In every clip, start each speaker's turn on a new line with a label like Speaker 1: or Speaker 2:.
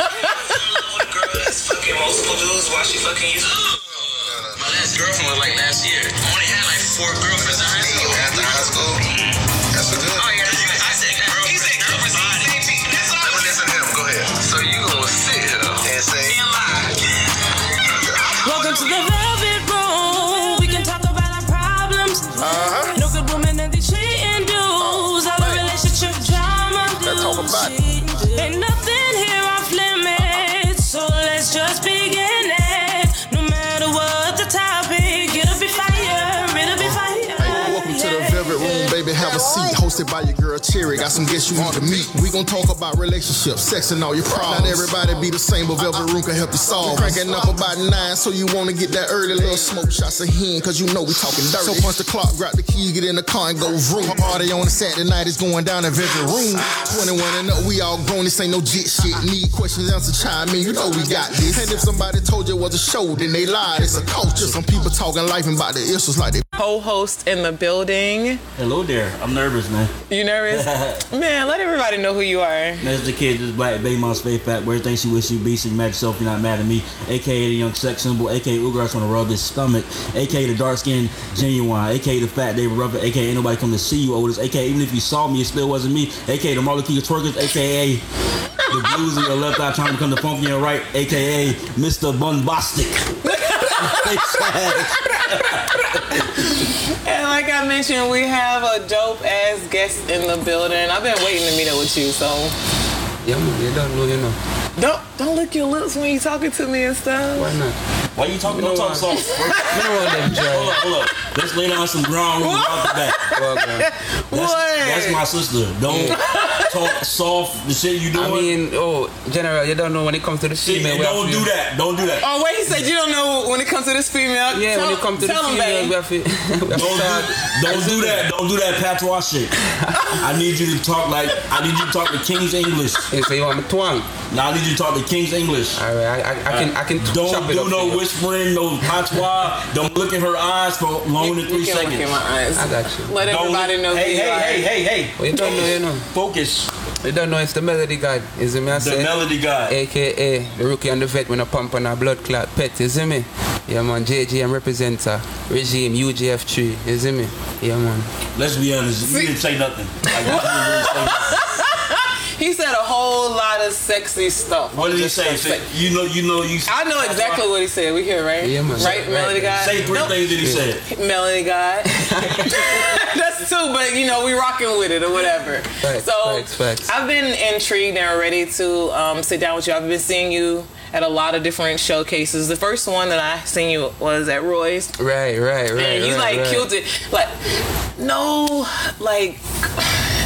Speaker 1: the girl that's fucking multiple dudes while she fucking you. My last girlfriend was like last year. I only had like four girlfriends in high school. After high school? That's a good Oh, yeah. I said girlfriend. He said girlfriend. That's all. Let me listen to him. Go ahead. So you gonna sit here and say. And lie.
Speaker 2: Welcome to the velvet room. We can talk about our problems.
Speaker 3: Uh-huh. Oh,
Speaker 2: No good woman and the cheating dudes. All the relationship drama
Speaker 3: Let's talk
Speaker 2: dudes.
Speaker 3: about it.
Speaker 2: Ain't nothing here off limits. So let's just begin it. No matter what the topic, it'll be fire. It'll be fire.
Speaker 3: Hey, welcome to the Velvet Room, baby. Have a seat. Hosted by your girl Cherry. Got some guests you want to meet. We gon' talk about relationships, sex, and all your problems. Not everybody be the same, but Velvet Room can help you solve. We cranking up about nine, so you wanna get that early little smoke shots of hen, cause you know we talking dirty. So punch the clock, grab the key, get in the car, and go vroom. Party on a Saturday night is going down in Velvet Room. 21 and up, we all grown. This ain't no jit shit. Need questions, answer, chime in. You know we got this. And if somebody told you it was a show, then they lied. It's a culture. Some people talking life and about the issues like they
Speaker 4: co-host in the building.
Speaker 5: Hello there. I'm nervous, man.
Speaker 4: You nervous? Man, let everybody know who you are.
Speaker 5: That's the kid, this black baby mom's faith pack, where things she wish you be, so you mad at yourself, you're not mad at me. AKA the young sex symbol, AKA Ugar's wanna rub his stomach, AKA the dark skinned genuine, AKA the fat they rubber, AKA ain't nobody come to see you over this, AKA even if you saw me, it still wasn't me, AKA the Marley King of twerkers, AKA the blues in your left eye trying to become the funk in your right, AKA Mr. Bombastic.
Speaker 4: And like I mentioned, we have a dope ass guest in the building. I've been waiting to meet up with you, so
Speaker 6: Yeah, man, you don't know, you know.
Speaker 4: don't don't lick your lips when you talking to me and stuff.
Speaker 6: Why not?
Speaker 5: Why you talking? Don't
Speaker 6: No, I-
Speaker 5: talk soft.
Speaker 6: You don't want them
Speaker 5: Hold
Speaker 6: giant.
Speaker 5: up, hold up. Let's lay down some ground rules out the back.
Speaker 6: Well, man.
Speaker 5: That's,
Speaker 4: What?
Speaker 5: that's my sister. Don't talk soft the shit you doing.
Speaker 6: I mean, oh, general, you don't know when it comes to the
Speaker 5: Shit,
Speaker 6: female. we have
Speaker 5: don't
Speaker 6: to-
Speaker 5: do that. Don't do that.
Speaker 4: Oh wait, he said you don't know when it comes to this female.
Speaker 6: Yeah,
Speaker 4: tell,
Speaker 6: when it comes to the
Speaker 4: tell him,
Speaker 6: female,
Speaker 4: babe.
Speaker 6: we have to. we have to
Speaker 5: Don't
Speaker 6: start.
Speaker 5: do, don't do that. Don't do that patois shit. I need you to talk like I need you to talk the King's English.
Speaker 6: You say you want me twang?
Speaker 5: Now I need you to talk the King's English.
Speaker 6: All right, I, I, I can, I can
Speaker 5: Don't
Speaker 6: chop it
Speaker 5: do
Speaker 6: up
Speaker 5: no
Speaker 6: for you.
Speaker 5: whispering, no patois. Don't look in her eyes for longer than three
Speaker 4: You can look in
Speaker 5: seconds.
Speaker 4: my eyes.
Speaker 6: I got you.
Speaker 4: Let
Speaker 5: Don't-
Speaker 4: everybody know
Speaker 5: Hey,
Speaker 4: who you are.
Speaker 5: hey, hey, hey, hey.
Speaker 6: Well, you don't know, you know.
Speaker 5: Focus.
Speaker 6: You don't know it's the melody god. You see me? I
Speaker 5: The
Speaker 6: say.
Speaker 5: melody guy.
Speaker 6: AKA the rookie and the vet when I pump on a blood clot pet, you see me? Yeah man, JGM representer, regime UGF3, you see me? Yeah man.
Speaker 5: Let's be honest. You didn't say nothing. Like, you didn't really say nothing.
Speaker 4: He said a whole lot of sexy stuff.
Speaker 5: What did he
Speaker 4: Just
Speaker 5: say?
Speaker 4: some
Speaker 5: Say-
Speaker 4: sex-
Speaker 5: You know, you know, you.
Speaker 4: I know exactly what he said. We here, right?
Speaker 6: Yeah, man.
Speaker 4: Right,
Speaker 6: Right.
Speaker 4: Melody God.
Speaker 5: Say three
Speaker 4: Nope.
Speaker 5: things that he said.
Speaker 4: Melanie God. That's two, but you know we rocking with it or whatever.
Speaker 6: Facts,
Speaker 4: so
Speaker 6: facts, facts.
Speaker 4: I've been intrigued and ready to um, sit down with you. I've been seeing you at a lot of different showcases. The first one that I seen you was at Roy's,
Speaker 6: Right, right, right.
Speaker 4: and you like
Speaker 6: right, right.
Speaker 4: killed it. Like no, like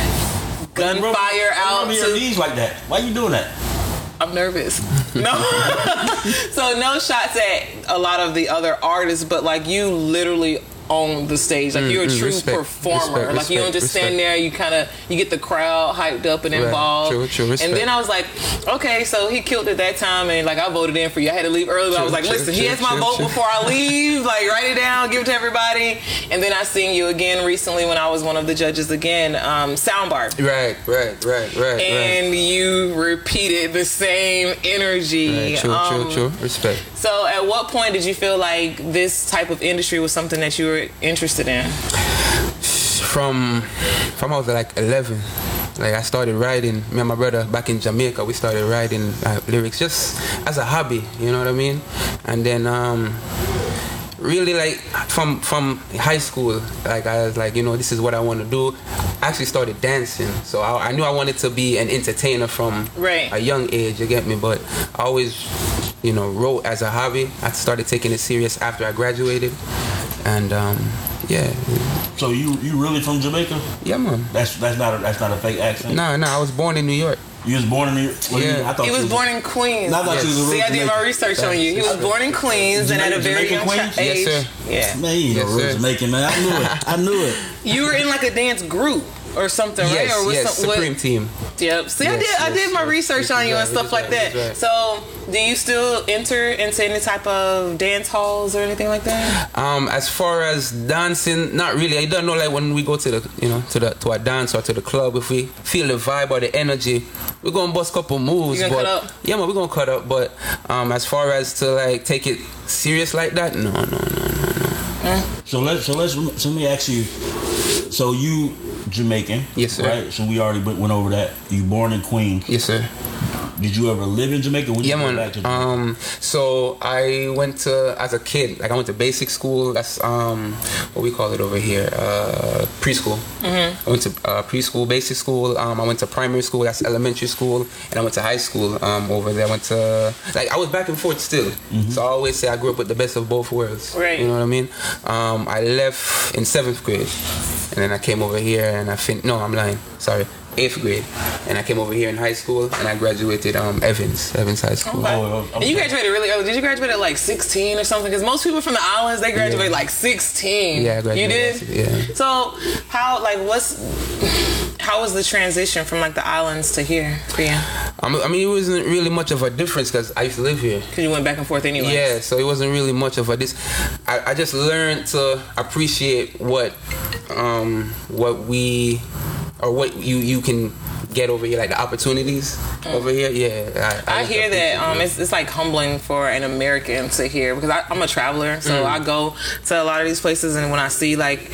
Speaker 5: Rub-
Speaker 4: gunfire out
Speaker 5: Rub your
Speaker 4: to
Speaker 5: knees like that. Why you doing that?
Speaker 4: I'm nervous. No. so no shots at a lot of the other artists, but like you literally own the stage. Like you're a
Speaker 6: mm,
Speaker 4: true
Speaker 6: respect,
Speaker 4: performer.
Speaker 6: respect,
Speaker 4: like you don't
Speaker 6: respect,
Speaker 4: just stand
Speaker 6: respect.
Speaker 4: there, you kind of you get the crowd hyped up and
Speaker 6: Right.
Speaker 4: involved.
Speaker 6: True, true,
Speaker 4: and
Speaker 6: respect.
Speaker 4: then I was like, okay, so he killed it that time and like I voted in for you. I had to leave early, but I
Speaker 6: True,
Speaker 4: was like,
Speaker 6: true,
Speaker 4: listen, he
Speaker 6: true,
Speaker 4: has my
Speaker 6: true,
Speaker 4: vote
Speaker 6: true.
Speaker 4: before I leave. Like write it down, give it to everybody. And then I seen you again recently when I was one of the judges again, um, Soundbar
Speaker 6: Right, right, right, right, right.
Speaker 4: and you repeated the same energy.
Speaker 6: Right, true,
Speaker 4: Um,
Speaker 6: true, true. Respect.
Speaker 4: So, at what point did you feel like this type of industry was something that you were interested in?
Speaker 6: From from I was like 11, like I started writing. Me and my brother back in Jamaica, we started writing uh, lyrics just as a hobby. You know what I mean? And then um, really like from from high school, like I was like, you know, this is what I want to do. I actually started dancing, so I, I knew I wanted to be an entertainer from
Speaker 4: Right.
Speaker 6: a young age, you get me? But I always, you know, wrote as a hobby. I started taking it serious after I graduated. And um, yeah,
Speaker 5: So you you really from Jamaica?
Speaker 6: yeah, man.
Speaker 5: That's that's not a, that's not a fake accent.
Speaker 6: No, no, I was born in New York.
Speaker 5: You was born in New York. Well, you-
Speaker 6: Yeah.
Speaker 5: I thought
Speaker 4: He
Speaker 5: you
Speaker 4: was born in Queens.
Speaker 5: I thought you was a real
Speaker 4: See, I did my
Speaker 5: Jamaican.
Speaker 4: research on you. He was born in Queens and at a very young
Speaker 5: Jamaican
Speaker 4: chi-
Speaker 5: Queens?
Speaker 6: Yes,
Speaker 4: age.
Speaker 6: sir.
Speaker 4: Yeah.
Speaker 5: Man, you ain't no
Speaker 6: Yes,
Speaker 5: real
Speaker 6: sir.
Speaker 5: Jamaican man. I knew it. I knew it.
Speaker 4: You were in like a dance group. or something,
Speaker 6: Yes,
Speaker 4: right? Or with
Speaker 6: yes,
Speaker 4: some- what-
Speaker 6: Supreme Team.
Speaker 4: Yep. See, I
Speaker 6: Yes,
Speaker 4: did. I
Speaker 6: yes,
Speaker 4: did my
Speaker 6: yes.
Speaker 4: research on you and
Speaker 6: Exactly,
Speaker 4: stuff like that.
Speaker 6: exactly, exactly.
Speaker 4: So, do you still enter into any type of dance halls or anything like that?
Speaker 6: Um, as far as dancing, not really. I don't know. Like when we go to the, you know, to the to a dance or to the club, if we feel the vibe or the energy, we're gonna bust couple moves.
Speaker 4: You gonna
Speaker 6: but
Speaker 4: cut up?
Speaker 6: yeah, man, we're gonna cut up. But um, as far as to like take it serious like that, no, no, no.
Speaker 5: So let's so let's so let me ask you. So you Jamaican,
Speaker 6: Yes, sir.
Speaker 5: Right. So we already went went over that. You born in Queens.
Speaker 6: Yes, sir.
Speaker 5: Did you ever live in Jamaica? When
Speaker 6: Yeah,
Speaker 5: you go
Speaker 6: man.
Speaker 5: back to Jamaica?
Speaker 6: Um, so I went to as a kid, like I went to basic school. That's um, what we call it over here, uh, preschool. I went to uh, preschool, basic school. Um, I went to primary school. That's elementary school, and I went to high school. Um, over there, I went to like I was back and forth still. So I always say I grew up with the best of both worlds.
Speaker 4: Right.
Speaker 6: You know what I mean? Um, I left in seventh grade, and then I came over here, and I fin. No, I'm lying. Sorry. Eighth grade, and I came over here in high school, and I graduated um, Evans, Evans High School.
Speaker 5: Oh, oh, oh,
Speaker 4: and you
Speaker 5: okay.
Speaker 4: graduated really early. Did you graduate at like 16 or something? Because most people from the islands they graduate like 16.
Speaker 6: Yeah, I
Speaker 4: You
Speaker 6: graduated
Speaker 4: did.
Speaker 6: at 16, yeah.
Speaker 4: So, how like what's how was the transition from like the islands to here for you?
Speaker 6: Um, I mean, it wasn't really much of a difference because I used to live here.
Speaker 4: Because you went back and forth anyway.
Speaker 6: Yeah, so it wasn't really much of a this. I, I just learned to appreciate what, um, what we, or what you you can get over here, like the opportunities over here. Yeah,
Speaker 4: Mm. I
Speaker 6: learned to
Speaker 4: hear
Speaker 6: appreciate
Speaker 4: that um, it's, it's like humbling for an American to hear because I, I'm a traveler,
Speaker 6: Mm.
Speaker 4: so I go to a lot of these places, and when I see like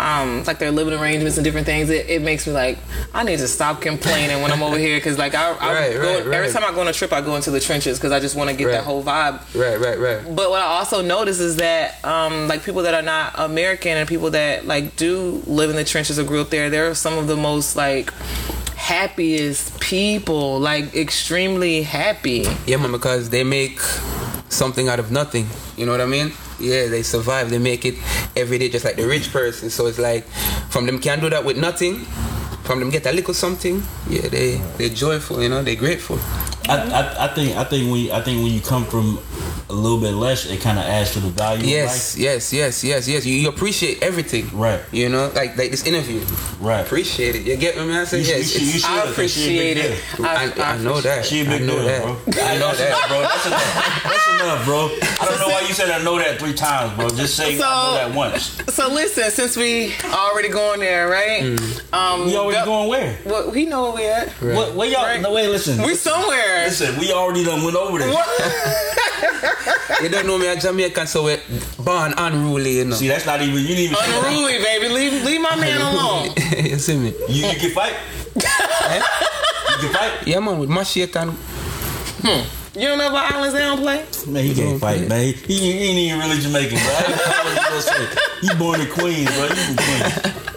Speaker 4: um, like their living arrangements and different things, it, it makes me like I need to stop complaining when I'm over here because like I, I
Speaker 6: Right,
Speaker 4: go,
Speaker 6: right,
Speaker 4: every
Speaker 6: right.
Speaker 4: time I go on a trip, I go into the trenches because I just want to get
Speaker 6: Right.
Speaker 4: that whole vibe.
Speaker 6: Right, right, right.
Speaker 4: But what I also notice is that um, like people that are not American and people that like do live in the trenches or grew up there, they're some of the most like happiest people like extremely happy
Speaker 6: Yeah, man, because they make something out of nothing. You know what I mean? Yeah, they survive. They make it every day, just like the rich person. So it's like, from them can do that with nothing. From them get a little something. Yeah, they they joyful. You know, they grateful.
Speaker 5: I, I, I think I think when you, I think when you come from a little bit less, it kind of adds to the value. of
Speaker 6: Yes, yes, yes, yes, yes. You, you appreciate everything.
Speaker 5: Right.
Speaker 6: You know, like like this interview.
Speaker 5: Right.
Speaker 6: Appreciate it. You get what I'm saying?
Speaker 5: You should-
Speaker 6: Yes.
Speaker 5: you should- you
Speaker 6: it's-
Speaker 5: should-
Speaker 4: I appreciate it.
Speaker 6: I, I know that.
Speaker 5: She a
Speaker 6: I
Speaker 5: big
Speaker 6: know
Speaker 5: deal,
Speaker 6: that.
Speaker 5: bro.
Speaker 6: I know that.
Speaker 5: bro. That's enough. That's enough, bro. I don't know why you said I know that three times, bro. Just say I know
Speaker 4: So-
Speaker 5: that once.
Speaker 4: So listen, since we already going there, right? Um,
Speaker 5: Mm. We already
Speaker 4: go-
Speaker 5: going where?
Speaker 4: Well, we know where we at.
Speaker 5: What? Where y'all? all
Speaker 4: Right.
Speaker 5: No, wait. Listen.
Speaker 4: We somewhere.
Speaker 5: listen. We already done went over this.
Speaker 6: You don't know me at Jamaican, so we're born unruly, you know.
Speaker 5: See, that's not even. You didn't even. say that.
Speaker 4: Unruly, baby. Leave leave my man alone.
Speaker 6: you see me?
Speaker 5: You, you can fight. You can fight.
Speaker 6: Yeah, man, with my shake and
Speaker 4: You don't know about islands they don't play?
Speaker 5: Man, he can't fight, man. He, he, he ain't even really Jamaican, bro. I don't know what you gonna say. You born in Queens, bro. You from Queens.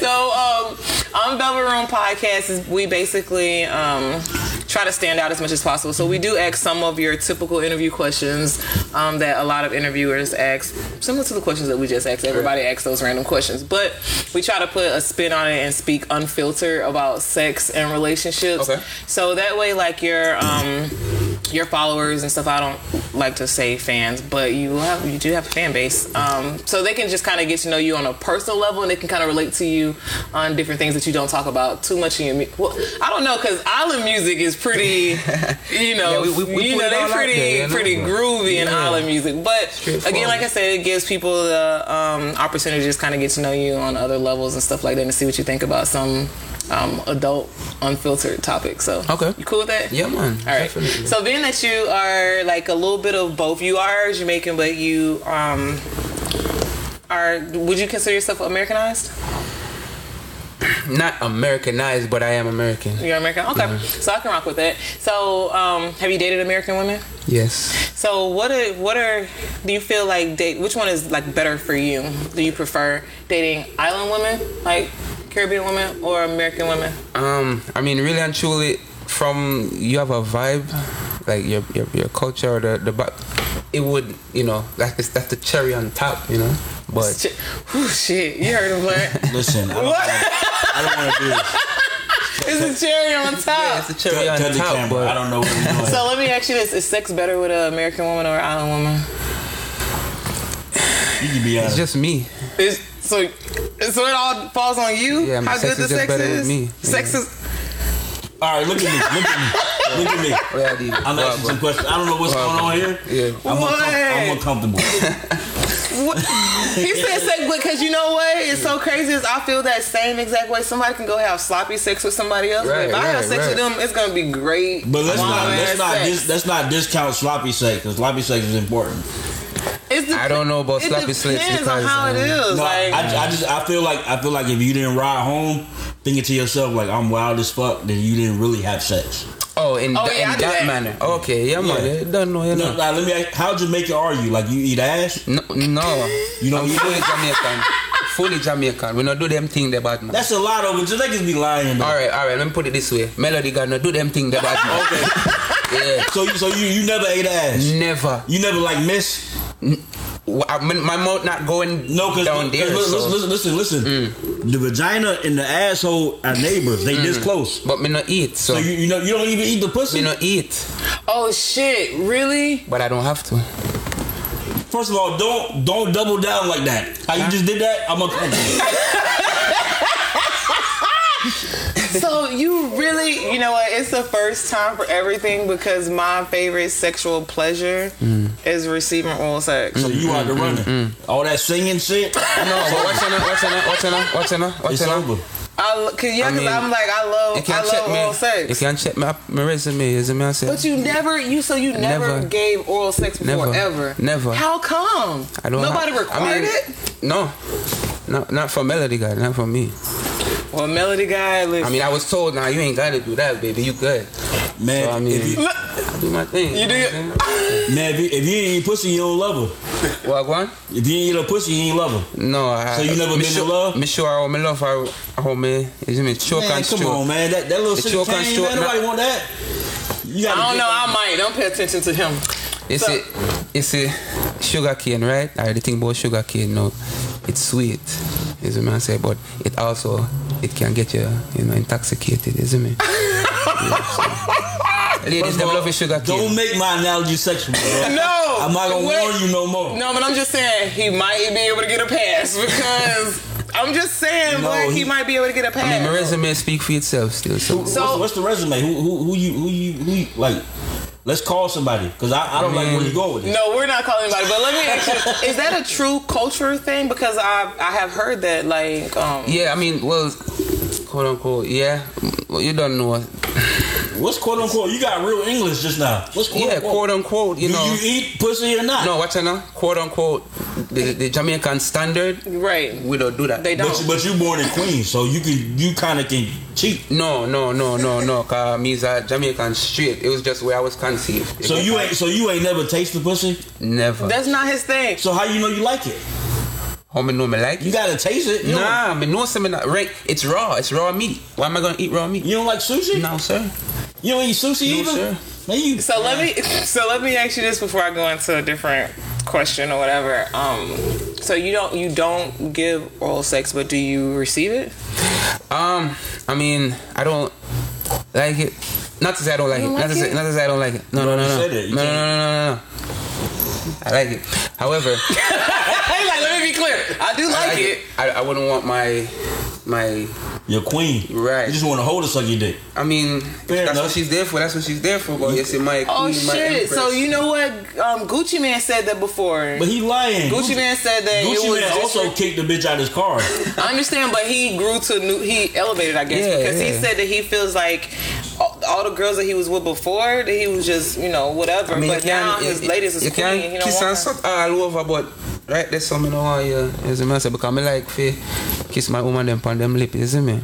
Speaker 4: So um, on Velvet Room Podcast, is we basically um, try to stand out as much as possible. So we do ask some of your typical interview questions um, that a lot of interviewers ask, similar to the questions that we just asked. Everybody asks those random questions, but we try to put a spin on it and speak unfiltered about sex and relationships.
Speaker 6: Okay.
Speaker 4: So that way, like your um, your followers and stuff. I don't like to say fans, but you have you do have a fan base, um, so they can just kind of get to know you on a personal level, and they can kind of relate to you on different things that you don't talk about too much in your. mu- Well, I don't know because island music is pretty, you know,
Speaker 6: Yeah, we- we- we
Speaker 4: you
Speaker 6: put
Speaker 4: know
Speaker 6: it all
Speaker 4: they
Speaker 6: out
Speaker 4: pretty
Speaker 6: there, you know?
Speaker 4: pretty groovy in
Speaker 6: Yeah.
Speaker 4: island music, but again,
Speaker 6: Straightforward.
Speaker 4: like I said, it gives people the um, opportunity to just kind of get to know you on other levels and stuff like that, and see what you think about some. Um, adult unfiltered topics. So
Speaker 6: Okay.
Speaker 4: you cool with that?
Speaker 6: Yeah,
Speaker 4: All
Speaker 6: man.
Speaker 4: right.
Speaker 6: Definitely.
Speaker 4: So being that you are like a little bit of both, you are Jamaican, but you um are. Would you consider yourself Americanized?
Speaker 6: not Americanized, but I am American.
Speaker 4: You're American. Okay. So I can rock with that. So um, have you dated American women?
Speaker 6: Yes.
Speaker 4: So what are what are do you feel like date? Which one is like better for you? Do you prefer dating island women, like Caribbean women, or American women?
Speaker 6: Um, I mean, really and truly, from you have a vibe, like your your, your culture or the the back, it would you know like it's, that's the cherry on top, you know. But
Speaker 4: Shit. Whew, shit, you heard him, Blair.
Speaker 5: Listen, I don't, I don't want to do this.
Speaker 4: it's a cherry on top.
Speaker 6: that's the cherry
Speaker 5: Tell,
Speaker 6: on
Speaker 5: tell the
Speaker 6: top.
Speaker 5: camera.
Speaker 6: but
Speaker 5: I don't know what you're doing.
Speaker 4: So let me ask you this: Is sex better with an American woman or an island woman?
Speaker 5: you can be honest.
Speaker 6: it's just me.
Speaker 4: It's, So, so it all falls on you.
Speaker 6: Yeah, my
Speaker 4: how
Speaker 6: sex
Speaker 4: good
Speaker 6: is
Speaker 4: the sex
Speaker 6: just better than
Speaker 4: is.
Speaker 6: me.
Speaker 4: Sex
Speaker 6: Yeah.
Speaker 4: is.
Speaker 5: All right, look at me. Look at me. Look at me.
Speaker 6: Yeah, dude.
Speaker 5: I'm
Speaker 6: Wow,
Speaker 5: asking
Speaker 6: bro.
Speaker 5: some questions. I don't know what's
Speaker 6: Wow,
Speaker 5: going on here.
Speaker 6: Yeah.
Speaker 5: I'm,
Speaker 4: What?
Speaker 5: uncom- I'm uncomfortable.
Speaker 4: What? he said sex, because you know what? It's so crazy. Is I feel that same exact way. Somebody can go have sloppy sex with somebody else, but
Speaker 6: Right,
Speaker 4: if I have
Speaker 6: right,
Speaker 4: sex
Speaker 6: right.
Speaker 4: with them, it's gonna be great.
Speaker 5: But let's not
Speaker 4: long-ass
Speaker 5: let's not
Speaker 4: sex.
Speaker 5: dis, let's not discount sloppy sex because sloppy sex is important.
Speaker 4: It's
Speaker 6: I don't know about
Speaker 4: it
Speaker 6: sloppy sex
Speaker 4: depends
Speaker 6: because,
Speaker 4: on how it
Speaker 6: um,
Speaker 4: is.
Speaker 5: No,
Speaker 4: like,
Speaker 5: I, I just I feel like I feel like if you didn't ride home thinking to yourself like I'm wild as fuck, then you didn't really have sex.
Speaker 6: Oh, in,
Speaker 4: Oh,
Speaker 6: the,
Speaker 4: yeah, I
Speaker 6: in
Speaker 4: do
Speaker 6: that,
Speaker 4: that.
Speaker 6: manner. Okay, yeah, man.
Speaker 5: Yeah.
Speaker 6: Yeah. Don't know, you
Speaker 5: No,
Speaker 6: know.
Speaker 5: now let me. Ask, how Jamaican are you? Like you eat ass?
Speaker 6: No, no.
Speaker 5: You don't
Speaker 6: I'm
Speaker 5: eat
Speaker 6: fully
Speaker 5: ass?
Speaker 6: Jamaican. fully Jamaican. We not do them thing there, bad man.
Speaker 5: That's a lot of it. Jamaicans be lying. Though.
Speaker 6: all right, all right. Let me put it this way. Melody gonna do them thing there, bad man. okay.
Speaker 5: So you so you you never ate ass.
Speaker 6: Yeah. Never.
Speaker 5: You never like miss.
Speaker 6: Well, I mean, my mouth not going
Speaker 5: No, because
Speaker 6: down there. so.
Speaker 5: listen, listen, listen, listen. The vagina and the asshole are neighbors. They this close.
Speaker 6: But me not eat, so,
Speaker 5: So you you know you don't even eat the pussy.
Speaker 6: me not eat.
Speaker 4: oh shit, really?
Speaker 6: But I don't have to.
Speaker 5: First of all, don't don't double down like that. How you just did that? I'm uncomfortable.
Speaker 4: So you really, you know what? It's the first time for everything because my favorite sexual pleasure
Speaker 6: Mm.
Speaker 4: is receiving oral sex.
Speaker 5: so you out there running. All that singing shit.
Speaker 6: No, but what's in it? What's in it? What's in it? What's in it? What's
Speaker 5: It's
Speaker 6: in it?
Speaker 5: over.
Speaker 4: I, lo- cause yeah,
Speaker 6: I
Speaker 4: cause
Speaker 6: mean,
Speaker 4: I'm like I
Speaker 6: You
Speaker 4: love, I
Speaker 6: can't check
Speaker 4: love oral
Speaker 6: me.
Speaker 4: sex.
Speaker 6: You can't check my, my resume. Is it me? I said.
Speaker 4: But you never, you so you never,
Speaker 6: Never.
Speaker 4: gave oral sex before
Speaker 6: Never.
Speaker 4: ever.
Speaker 6: Never.
Speaker 4: How come?
Speaker 6: I don't.
Speaker 4: Nobody
Speaker 6: have-
Speaker 4: required
Speaker 6: I mean,
Speaker 4: it.
Speaker 6: No. No, not for Melody guy, not for me.
Speaker 4: Well, Melody guy, listen,
Speaker 6: I mean, I was told, nah, you ain't gotta do that, baby. You good.
Speaker 5: Man,
Speaker 6: So, I mean,
Speaker 5: if you
Speaker 6: I do my thing.
Speaker 4: You do
Speaker 6: know
Speaker 4: it.
Speaker 6: what I'm
Speaker 5: man, if you, if you ain't eat pussy, you don't love her.
Speaker 6: saying? What one?
Speaker 5: If you ain't eat a pussy, you ain't love her.
Speaker 6: No. I,
Speaker 5: So you never
Speaker 6: me
Speaker 5: been in
Speaker 6: sure,
Speaker 5: love?
Speaker 6: Me sure I owe me love. I I owe me. You see me? Choke
Speaker 5: Man,
Speaker 6: and
Speaker 5: come
Speaker 6: stroke.
Speaker 5: on, man. That that little
Speaker 6: The
Speaker 5: shit
Speaker 6: choke on
Speaker 5: came,
Speaker 6: stroke,
Speaker 5: man.
Speaker 6: nah.
Speaker 5: Nobody want that. You
Speaker 4: I
Speaker 5: gotta
Speaker 4: don't
Speaker 5: get
Speaker 4: know.
Speaker 5: that.
Speaker 4: I might don't pay attention to him.
Speaker 6: It's
Speaker 4: So-
Speaker 6: a, it's a sugar cane, right? I already think about sugar cane now. It's sweet, is what man say, but it also it can get you, you know, intoxicated, isn't it? yeah, so. Ladies,
Speaker 5: First
Speaker 6: them
Speaker 5: of all,
Speaker 6: love sugar
Speaker 5: Don't
Speaker 6: cane.
Speaker 5: make my analogy sexual. Bro.
Speaker 4: No,
Speaker 5: I'm not gonna
Speaker 4: wait.
Speaker 5: warn you no more.
Speaker 4: No, but I'm just saying he might be able to get a pass because I'm just saying
Speaker 5: No,
Speaker 4: like he,
Speaker 5: he-
Speaker 4: might be able to get a pass.
Speaker 6: I mean, my resume speak for itself still. So.
Speaker 5: What's-
Speaker 4: So-
Speaker 5: what's, the resume? Who who who you who you who you, like? Let's call somebody because I, I don't like where you going with this.
Speaker 4: No, we're not calling anybody. But let me ask you: Is that a true culture thing? Because I I have heard that like um
Speaker 6: Yeah, I mean, well, quote unquote, yeah. Well, you don't know.
Speaker 5: What's quote unquote? You got real English just now. What's quote
Speaker 6: Yeah,
Speaker 5: unquote?
Speaker 6: quote unquote, you
Speaker 5: Do
Speaker 6: know.
Speaker 5: you eat pussy or not?
Speaker 6: No, what's know? Quote unquote, the, the Jamaican standard,
Speaker 4: right
Speaker 6: we don't do that.
Speaker 4: they
Speaker 5: But you,
Speaker 4: don't.
Speaker 5: but you born in Queens, so you can you kind of can cheat.
Speaker 6: No, no, no, no, no. Cause me's a Jamaican straight. It was just where I was conceived.
Speaker 5: So you ain't so you ain't never tasted pussy.
Speaker 6: never.
Speaker 4: That's not his thing.
Speaker 5: So how you know you like it?
Speaker 6: How me know me like
Speaker 5: You
Speaker 6: it?
Speaker 5: gotta taste it. You don't-
Speaker 6: Nah, me know something not right. It's raw. It's raw meat. Why am I gonna eat raw meat?
Speaker 5: you don't like sushi.
Speaker 6: No, sir.
Speaker 5: You don't eat sushi
Speaker 6: No,
Speaker 5: either.
Speaker 6: sir.
Speaker 5: Man, you
Speaker 4: So let me so let me ask you this before I go into a different question or whatever. Um, so you don't you don't give oral sex, but do you receive it?
Speaker 6: Um, I mean, I don't like it. Not to say I don't like it.
Speaker 4: don't
Speaker 6: not,
Speaker 4: like
Speaker 6: to say,
Speaker 4: it?
Speaker 6: not to say I don't like it. No, no, no,
Speaker 5: already
Speaker 6: no.
Speaker 5: said it. You
Speaker 6: No, no, no,
Speaker 5: can't-
Speaker 6: no, no, no. I like it. However,
Speaker 4: Hey, like let me be clear. I do
Speaker 6: I
Speaker 4: like,
Speaker 6: like
Speaker 4: it.
Speaker 6: it. I, I wouldn't want my my
Speaker 5: you're queen.
Speaker 6: Right.
Speaker 5: You just want to hold it suck your dick.
Speaker 6: I mean,
Speaker 5: Fair
Speaker 6: that's
Speaker 5: enough.
Speaker 6: what she's there for. That's what she's there for. But yes, it might.
Speaker 4: Oh
Speaker 6: it might
Speaker 4: shit! So
Speaker 6: impress.
Speaker 4: you know what? Um, Gucci Man said that before.
Speaker 5: But he lying.
Speaker 4: Gucci Man said that it
Speaker 5: Gucci
Speaker 4: was
Speaker 5: Man
Speaker 4: just-
Speaker 5: also kicked the bitch out of his car.
Speaker 4: I understand, but he grew to new. He elevated, I guess,
Speaker 6: Yeah,
Speaker 4: because he
Speaker 6: yeah.
Speaker 4: said that he feels like all, all the girls that he was with before, that he was just you know whatever. but now his latest is
Speaker 6: you
Speaker 4: queen.
Speaker 6: can
Speaker 4: he don't
Speaker 6: kiss and
Speaker 4: want her.
Speaker 6: suck all over, but right there's something I want you. You see me? I say, because me like fi kiss my woman them on them lip. You see me?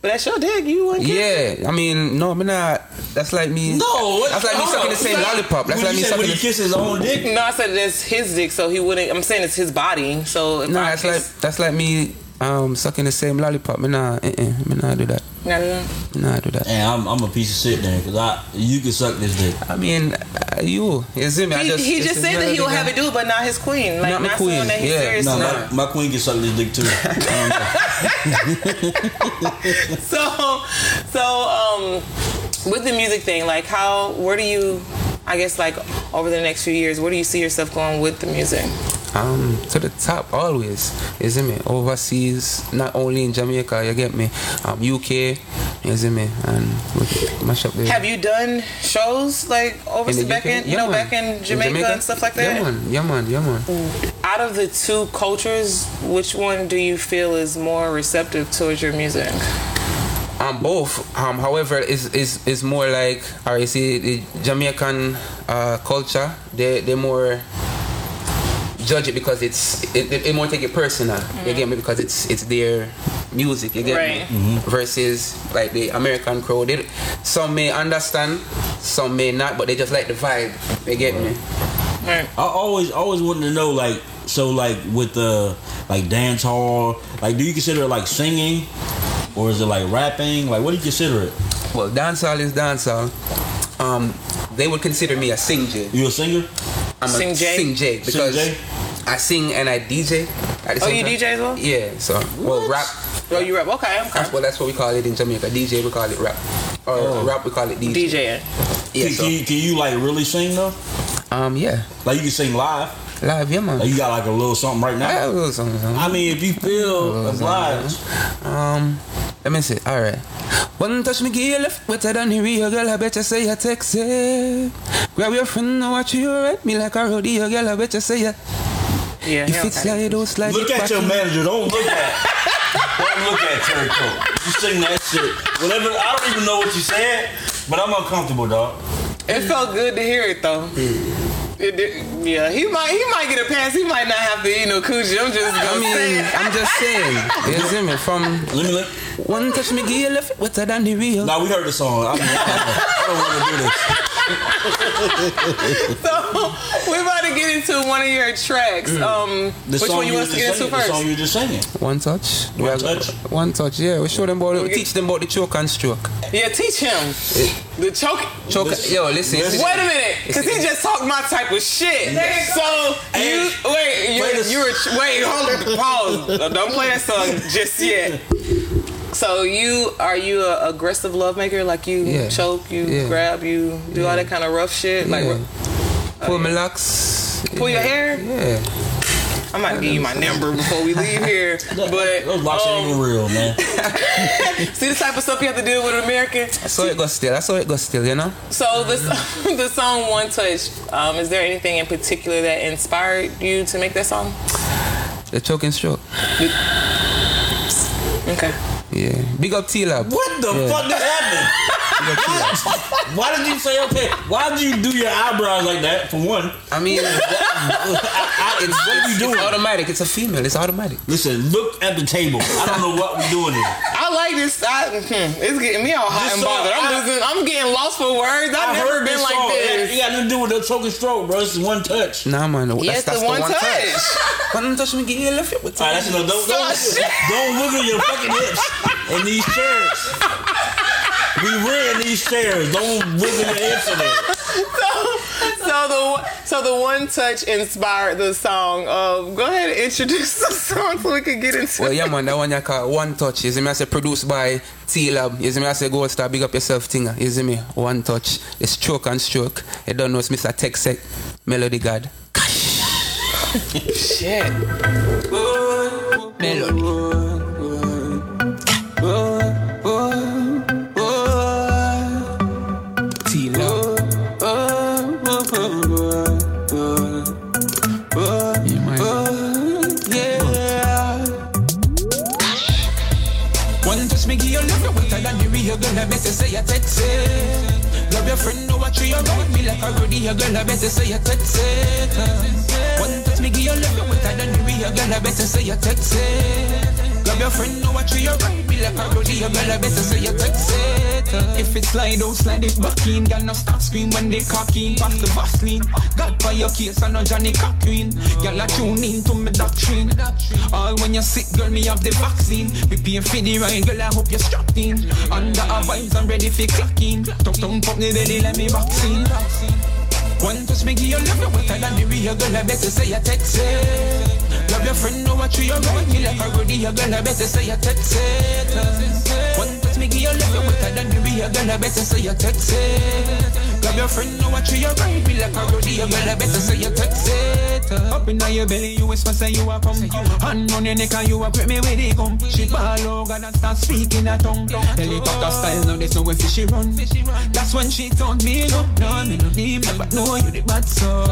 Speaker 4: But that's your dick. You wouldn't kiss.
Speaker 6: Yeah, I mean, no, me not. That's like me.
Speaker 5: No, what-
Speaker 6: that's like me
Speaker 5: hold
Speaker 6: sucking
Speaker 5: on.
Speaker 6: the same
Speaker 5: You said-
Speaker 6: lollipop. That's
Speaker 5: when
Speaker 6: like
Speaker 5: you
Speaker 6: me
Speaker 5: said when
Speaker 6: sucking.
Speaker 5: he
Speaker 6: The,
Speaker 5: kisses his own dick.
Speaker 4: No, I said that's his dick, so he wouldn't. I'm saying it's his body. So if
Speaker 6: no,
Speaker 4: I
Speaker 6: that's like that's like me um sucking the same lollipop. Me not, uh-uh, me not do that.
Speaker 4: No, no, no.
Speaker 6: Me not do that.
Speaker 5: And I'm, I'm a piece of shit then, because I you can suck this dick.
Speaker 6: I mean, uh, you. You see me? I
Speaker 4: he,
Speaker 6: just,
Speaker 4: he
Speaker 6: it's
Speaker 4: just said that he will have it do, it, but not his queen. Like
Speaker 6: Not
Speaker 4: not, someone
Speaker 6: my queen,
Speaker 4: that he's
Speaker 6: yeah.
Speaker 4: serious.
Speaker 5: No,
Speaker 4: about.
Speaker 5: my, my queen can suck this dick too. Um,
Speaker 4: So, so um, with the music thing, like how where do you? I guess like over the next few years, where do you see yourself going with the music?
Speaker 6: um, to the top always, isn't me? Overseas, not only in Jamaica, you get me? Um, UK, isn't me? And we mash up the.
Speaker 4: Have you done shows like over
Speaker 6: in the
Speaker 4: back
Speaker 6: UK?
Speaker 4: in you know back in Jamaica, and stuff like that?
Speaker 6: Yeah, man. Yeah, man. Yeah, man.
Speaker 4: Out of the two cultures, which one do you feel is more receptive towards your music? Oh,
Speaker 6: um, both. Um, however, is is is more like or you see the Jamaican uh, culture. They they more judge it because it's it, they, they more take it personal. You get me because it's it's their music. You get
Speaker 4: Mm-hmm. Right.
Speaker 6: me versus like the American crowd. They, some may understand, some may not, but they just like the vibe. You get me.
Speaker 4: Right.
Speaker 5: I always always wanted to know like so like with the like dance hall like do you consider it like singing or is it like rapping like what do you consider it?
Speaker 6: Well, dancehall is dancehall. Um, they would consider me a sing jig.
Speaker 5: You a singer?
Speaker 6: I'm
Speaker 4: Sing
Speaker 6: a
Speaker 4: Jay?
Speaker 6: sing Jay because
Speaker 5: Jay?
Speaker 6: I sing and I DJ. At the
Speaker 4: Oh,
Speaker 6: same
Speaker 4: you
Speaker 6: time.
Speaker 4: DJ as well?
Speaker 6: Yeah. So well, rap.
Speaker 4: Oh, you rap. Okay, okay.
Speaker 6: That's, well, that's what we call it in Jamaica. DJ, we call it rap. Or
Speaker 5: Oh.
Speaker 6: rap, we call it DJ.
Speaker 4: DJing.
Speaker 6: Yeah.
Speaker 5: can,
Speaker 6: so-
Speaker 5: can you, can you like really sing though?
Speaker 6: um. Yeah.
Speaker 5: Like you can sing live?
Speaker 6: Live, yeah, man.
Speaker 5: Like you got like a little something right
Speaker 6: I
Speaker 5: now?
Speaker 6: have Oh, a little something, something.
Speaker 5: I mean if you feel obliged.
Speaker 6: Um, let me see. All right. One touch me gear left, but I don't hear you, girl. I better say you text it. Grab your friend, now watch you right. Me like a rodeo, girl. I better say you.
Speaker 4: Yeah.
Speaker 6: You
Speaker 4: yeah,
Speaker 6: fit
Speaker 4: okay.
Speaker 6: slide, don't slide.
Speaker 5: Look
Speaker 6: it
Speaker 5: at
Speaker 6: back
Speaker 5: your
Speaker 6: in.
Speaker 5: manager. Don't look at. Don't look at Terry Cole. You sing that shit. Whatever. I don't even know what you said, but I'm uncomfortable, dog.
Speaker 4: It felt good to hear it though.
Speaker 5: Hmm.
Speaker 4: It did, yeah, he might he might get a pass. He might not have to eat no coochie. I'm just gonna
Speaker 6: I
Speaker 4: say
Speaker 6: mean,
Speaker 4: it.
Speaker 6: I'm just saying. You see me? From
Speaker 5: Let me look.
Speaker 6: one touch me gear left, but I done the real.
Speaker 5: Nah, we heard the song. I, mean, I don't want to do this.
Speaker 4: So we're about to get into one of your tracks. Um,
Speaker 5: Hmm. The
Speaker 4: which
Speaker 5: song
Speaker 4: one you want us
Speaker 5: was
Speaker 4: to get
Speaker 5: just
Speaker 4: into first?
Speaker 5: singing, The song you were just singing.
Speaker 6: One touch.
Speaker 5: One
Speaker 6: Well,
Speaker 5: touch.
Speaker 6: One touch. Yeah, we show them about. We
Speaker 4: get-
Speaker 6: teach them about the choke and stroke.
Speaker 4: Yeah, teach him the choke.
Speaker 6: Choke.
Speaker 5: Listen.
Speaker 6: yo, listen.
Speaker 5: Listen.
Speaker 4: Wait a minute, because he just talked my type of shit. So you wait, you,
Speaker 5: Play this.
Speaker 4: you were wait, hold on, pause. Don't play that song just yet. So you are you a aggressive lovemaker? Like you
Speaker 6: Yeah.
Speaker 4: choke, you
Speaker 6: Yeah.
Speaker 4: grab, you do all that kind of rough shit. Like
Speaker 6: Yeah. Pull me locks.
Speaker 4: pull your hair.
Speaker 6: Yeah.
Speaker 4: I might give you my number before we leave here. But
Speaker 5: Those locks ain't
Speaker 4: um,
Speaker 5: even real, man.
Speaker 4: see the type of stuff you have to deal with an American.
Speaker 6: So it goes still. That's how it goes still. You know.
Speaker 4: So the s- the song "One Touch." Um, is there anything in particular that inspired you to make that song?
Speaker 6: The choke and stroke.
Speaker 4: Okay.
Speaker 6: Yeah. Big up T Lab.
Speaker 5: What the
Speaker 6: Yeah.
Speaker 5: fuck just happened? Why did you say okay? Why did you do your eyebrows like that? For one,
Speaker 6: I mean, it's,
Speaker 5: I, I, what are you
Speaker 6: it's
Speaker 5: doing?
Speaker 6: automatic. It's a female. It's automatic.
Speaker 5: Listen, look at the table. I don't know what we're doing here.
Speaker 4: I like this. I, hmm, it's getting me all hot
Speaker 5: This
Speaker 4: and bothered.
Speaker 5: song,
Speaker 4: I'm
Speaker 5: I-
Speaker 4: losing. I'm getting lost for words. I've
Speaker 5: I
Speaker 4: never
Speaker 5: heard
Speaker 4: been
Speaker 5: this
Speaker 4: like
Speaker 5: song.
Speaker 4: this.
Speaker 5: You got nothing to do with no choke and stroke, bro. It's one touch.
Speaker 6: Nah, man. That's,
Speaker 4: Yes,
Speaker 6: that's
Speaker 4: the one touch.
Speaker 6: One touch me gear left. it with
Speaker 5: All right, that's enough. Don't, don't,
Speaker 4: So shit.
Speaker 5: don't look at your fucking hips in these chairs. We we're in these chairs. Don't wiggle your hips in there.
Speaker 4: So the so the one touch inspired the song. Um, go ahead and introduce the song so we can get into.
Speaker 6: Well,
Speaker 4: it.
Speaker 6: yeah, man, that one you call One Touch. You see me? I say produced by T Lab. You see me? I say Gold Star, big up yourself, Tinger. You see me? One Touch. It's stroke and stroke. You don't know it's Mr. Tech Sec, Melody God.
Speaker 4: Shit.
Speaker 6: Melody. T Lab. Yeah, man.
Speaker 7: One touch me give you love, you wetter than the real girl. I better say you text it. Love your friend, no watch you around me like a rodeo girl. I better say you text it. One touch me give you love, you wetter than the real girl. I better say you text it. Love your friend, no watch you around me like a rodeo girl. I better say you text it. If it slide out, slide it back in. Girl, no stop scream when they cocky. Pass the Vaseline. God for your case, I know Johnny Cochran. Girl, I tune in to me doctrine. All when you sick, girl, me have the vaccine. Me paying for the ride, girl, I hope you're strapped in. Under our vibes, I'm ready for clocking. Talk down, pop the belly, let me vaccine. One touch me give you love, you wetter than the real girl. I better say you text it. Love your friend, know what you around me like a rodeo girl. I better say you text it. One touch me give give you love you wetter than the real girl. I better say you text it. Grab your friend, no watch you ride me like a rodeo girl. I better say you text it. Up inna your belly, you whisper say you a come. Hand on your neck and you a grip me with the gum. She ball over and start speaking her tongue. Helicopter style, now there's no way for she run. That's when she turned me up. No, me no need me, but no, you the bad so.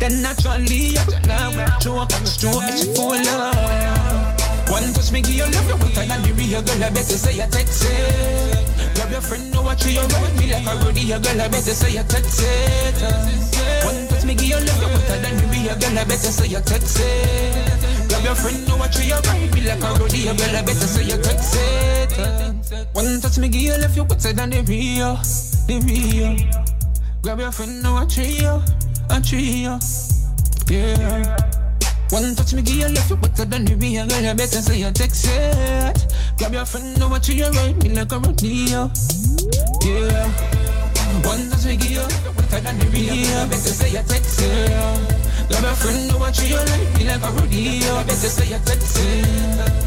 Speaker 7: Then naturally, I just love when I choke, I stroke, and she full love. One touch me give you love, you wetter than the real girl. I better say you text it. Grab your friend, no watch you ride me like a rodeo girl. I better say you text it. One touch me give you love, you wetter than the real girl. I better say you text it. Grab your friend, no watch you ride me like a rodeo girl. I better say you text it. One touch me give you love, you wetter than the real, the real. Grab your friend, no a trio, a trio. Yeah. One touch me give you love, you better than the real girl. You better say you text it. Grab your friend over to your right, me like a rodeo. Yeah. One touch me give you love, you better than the real girl. You better say you text it. Grab your friend over to your right, me like a rodeo. You better say you text it.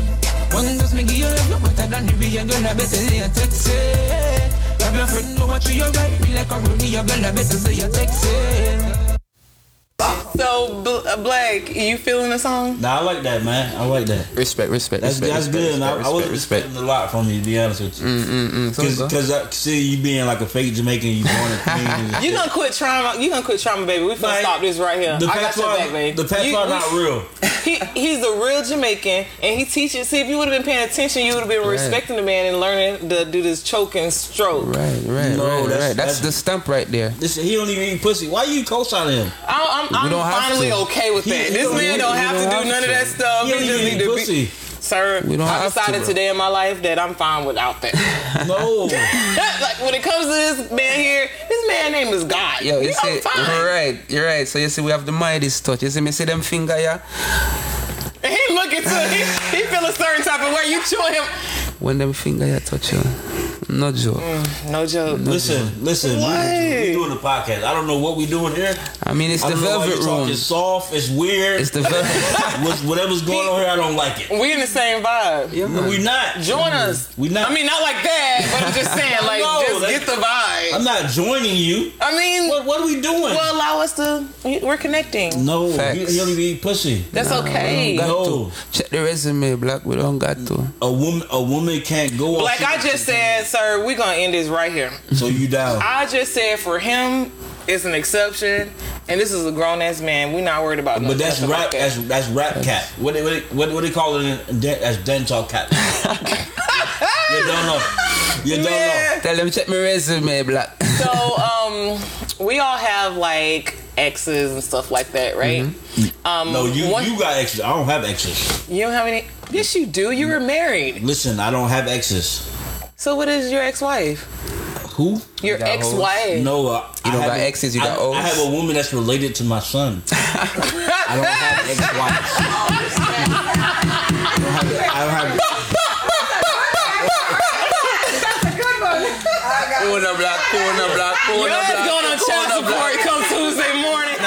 Speaker 7: One touch me give you love, you better than the real girl. You better say you text it. Grab your friend over to your right, me like a rodeo. Girl, I better say you text it.
Speaker 4: So, Bl- uh, Black, you feeling the song?
Speaker 5: Nah, I like that, man. I like that.
Speaker 6: Respect, respect,
Speaker 5: That's
Speaker 6: respect.
Speaker 5: that's
Speaker 6: respect,
Speaker 5: good. and I,
Speaker 6: Respect,
Speaker 5: I wasn't
Speaker 6: respect. Mm.
Speaker 5: expecting a lot from you, to be honest with you. Because
Speaker 6: respect.
Speaker 5: I see you being like a fake Jamaican, you born in Queens. and
Speaker 4: You
Speaker 5: shit.
Speaker 4: gonna quit trauma? You gonna quit trauma, baby? We finna
Speaker 5: Like,
Speaker 4: stop this right here.
Speaker 5: The
Speaker 4: I got
Speaker 5: pets
Speaker 4: your
Speaker 5: are
Speaker 4: back, baby.
Speaker 5: the pets
Speaker 4: You-
Speaker 5: are
Speaker 4: we-
Speaker 5: not real.
Speaker 4: He, he's a real Jamaican, and he teaches. See, if you would have been paying attention, you would have been respecting the man and learning to do this choke and stroke.
Speaker 6: Right, right,
Speaker 5: No, that's-
Speaker 6: right, right. That's
Speaker 5: that's-
Speaker 6: the stamp right there.
Speaker 5: This he don't even eat pussy. Why you co-signing him?
Speaker 4: I, I'm,
Speaker 6: You
Speaker 4: I'm
Speaker 6: don't have
Speaker 4: finally
Speaker 6: to.
Speaker 4: okay with
Speaker 5: He-
Speaker 4: that.
Speaker 5: he
Speaker 4: This
Speaker 5: don't-
Speaker 4: man
Speaker 5: he-
Speaker 4: don't
Speaker 6: he
Speaker 4: have
Speaker 6: don't
Speaker 4: to
Speaker 6: have
Speaker 4: do none
Speaker 6: to.
Speaker 4: of that stuff.
Speaker 5: He don't
Speaker 4: He just
Speaker 5: even
Speaker 4: need
Speaker 5: eat
Speaker 4: to be,
Speaker 5: pussy.
Speaker 4: sir.
Speaker 6: We don't
Speaker 4: I
Speaker 6: have to,
Speaker 4: decided
Speaker 6: bro.
Speaker 4: today in my life that I'm fine without that.
Speaker 5: No.
Speaker 4: like when it comes to this man here, this man name is God.
Speaker 6: Yo,
Speaker 4: He-
Speaker 6: you
Speaker 4: I'm
Speaker 6: see, you're
Speaker 4: fine.
Speaker 6: right, you're right. So you see, we have the Midas touch. You see, me see them finger, yeah.
Speaker 4: And he looking to he, he feel a certain type of way. You chew him.
Speaker 6: When them finger, yeah, touch you. No joke.
Speaker 4: No joke.
Speaker 5: listen, listen. we-
Speaker 4: What?
Speaker 5: We doing a podcast. I don't know what we doing here.
Speaker 6: I mean, it's
Speaker 5: I
Speaker 6: the
Speaker 5: don't know why
Speaker 6: velvet
Speaker 5: you talking
Speaker 6: room.
Speaker 5: soft. It's weird.
Speaker 6: It's the velvet.
Speaker 5: What's- whatever's going on here, I don't like it.
Speaker 4: We in the same vibe.
Speaker 6: yeah,
Speaker 5: No,
Speaker 6: man.
Speaker 5: we not.
Speaker 4: Join us.
Speaker 5: We not.
Speaker 4: I mean, not like that, but I'm just saying, like,
Speaker 5: No,
Speaker 4: just
Speaker 5: that-
Speaker 4: get the vibe.
Speaker 5: I'm not joining you.
Speaker 4: I mean,
Speaker 5: What, what are we doing?
Speaker 4: will allow us to. We're connecting.
Speaker 5: no,
Speaker 6: Facts.
Speaker 5: you, you don't even eat pussy.
Speaker 4: That's okay.
Speaker 6: Got
Speaker 5: No.
Speaker 6: to. Check the resume, black. We don't got to.
Speaker 5: A woman, a woman can't go. off
Speaker 4: Like I just said, sir, we're gonna end this right here.
Speaker 5: So you down?
Speaker 4: I just said for him, it's an exception, and this is a grown ass man. We're not worried about.
Speaker 5: But
Speaker 4: nothing
Speaker 5: that's
Speaker 4: else
Speaker 5: rap.
Speaker 4: about
Speaker 5: That's
Speaker 4: that.
Speaker 5: that's rap cap. What they- what they- what, what they call it? In, Dan- that's dental cap. you don't know. You don't know.
Speaker 4: Man.
Speaker 6: Tell them check my resume, black.
Speaker 4: So um, we all have like exes and stuff like that, right? Um,
Speaker 5: Mm-hmm. No, you
Speaker 4: one-
Speaker 5: you got exes. I don't have exes.
Speaker 4: you don't have any. Yes, you do. You were married.
Speaker 5: Listen, I don't have exes.
Speaker 4: So what is your ex-wife?
Speaker 5: Who?
Speaker 4: Your
Speaker 6: got hoes?
Speaker 4: ex-wife.
Speaker 5: No, uh,
Speaker 6: You don't
Speaker 5: I have
Speaker 6: got
Speaker 5: a-
Speaker 6: exes, you
Speaker 5: I-
Speaker 6: got O's.
Speaker 5: I have a woman that's related to my son. I don't have ex wives. I don't have. I don't have
Speaker 6: Corner, black. Corner, black. Corner,
Speaker 4: Your ass
Speaker 6: black.
Speaker 4: going on child
Speaker 6: corner,
Speaker 4: support
Speaker 6: black.
Speaker 4: come Tuesday morning.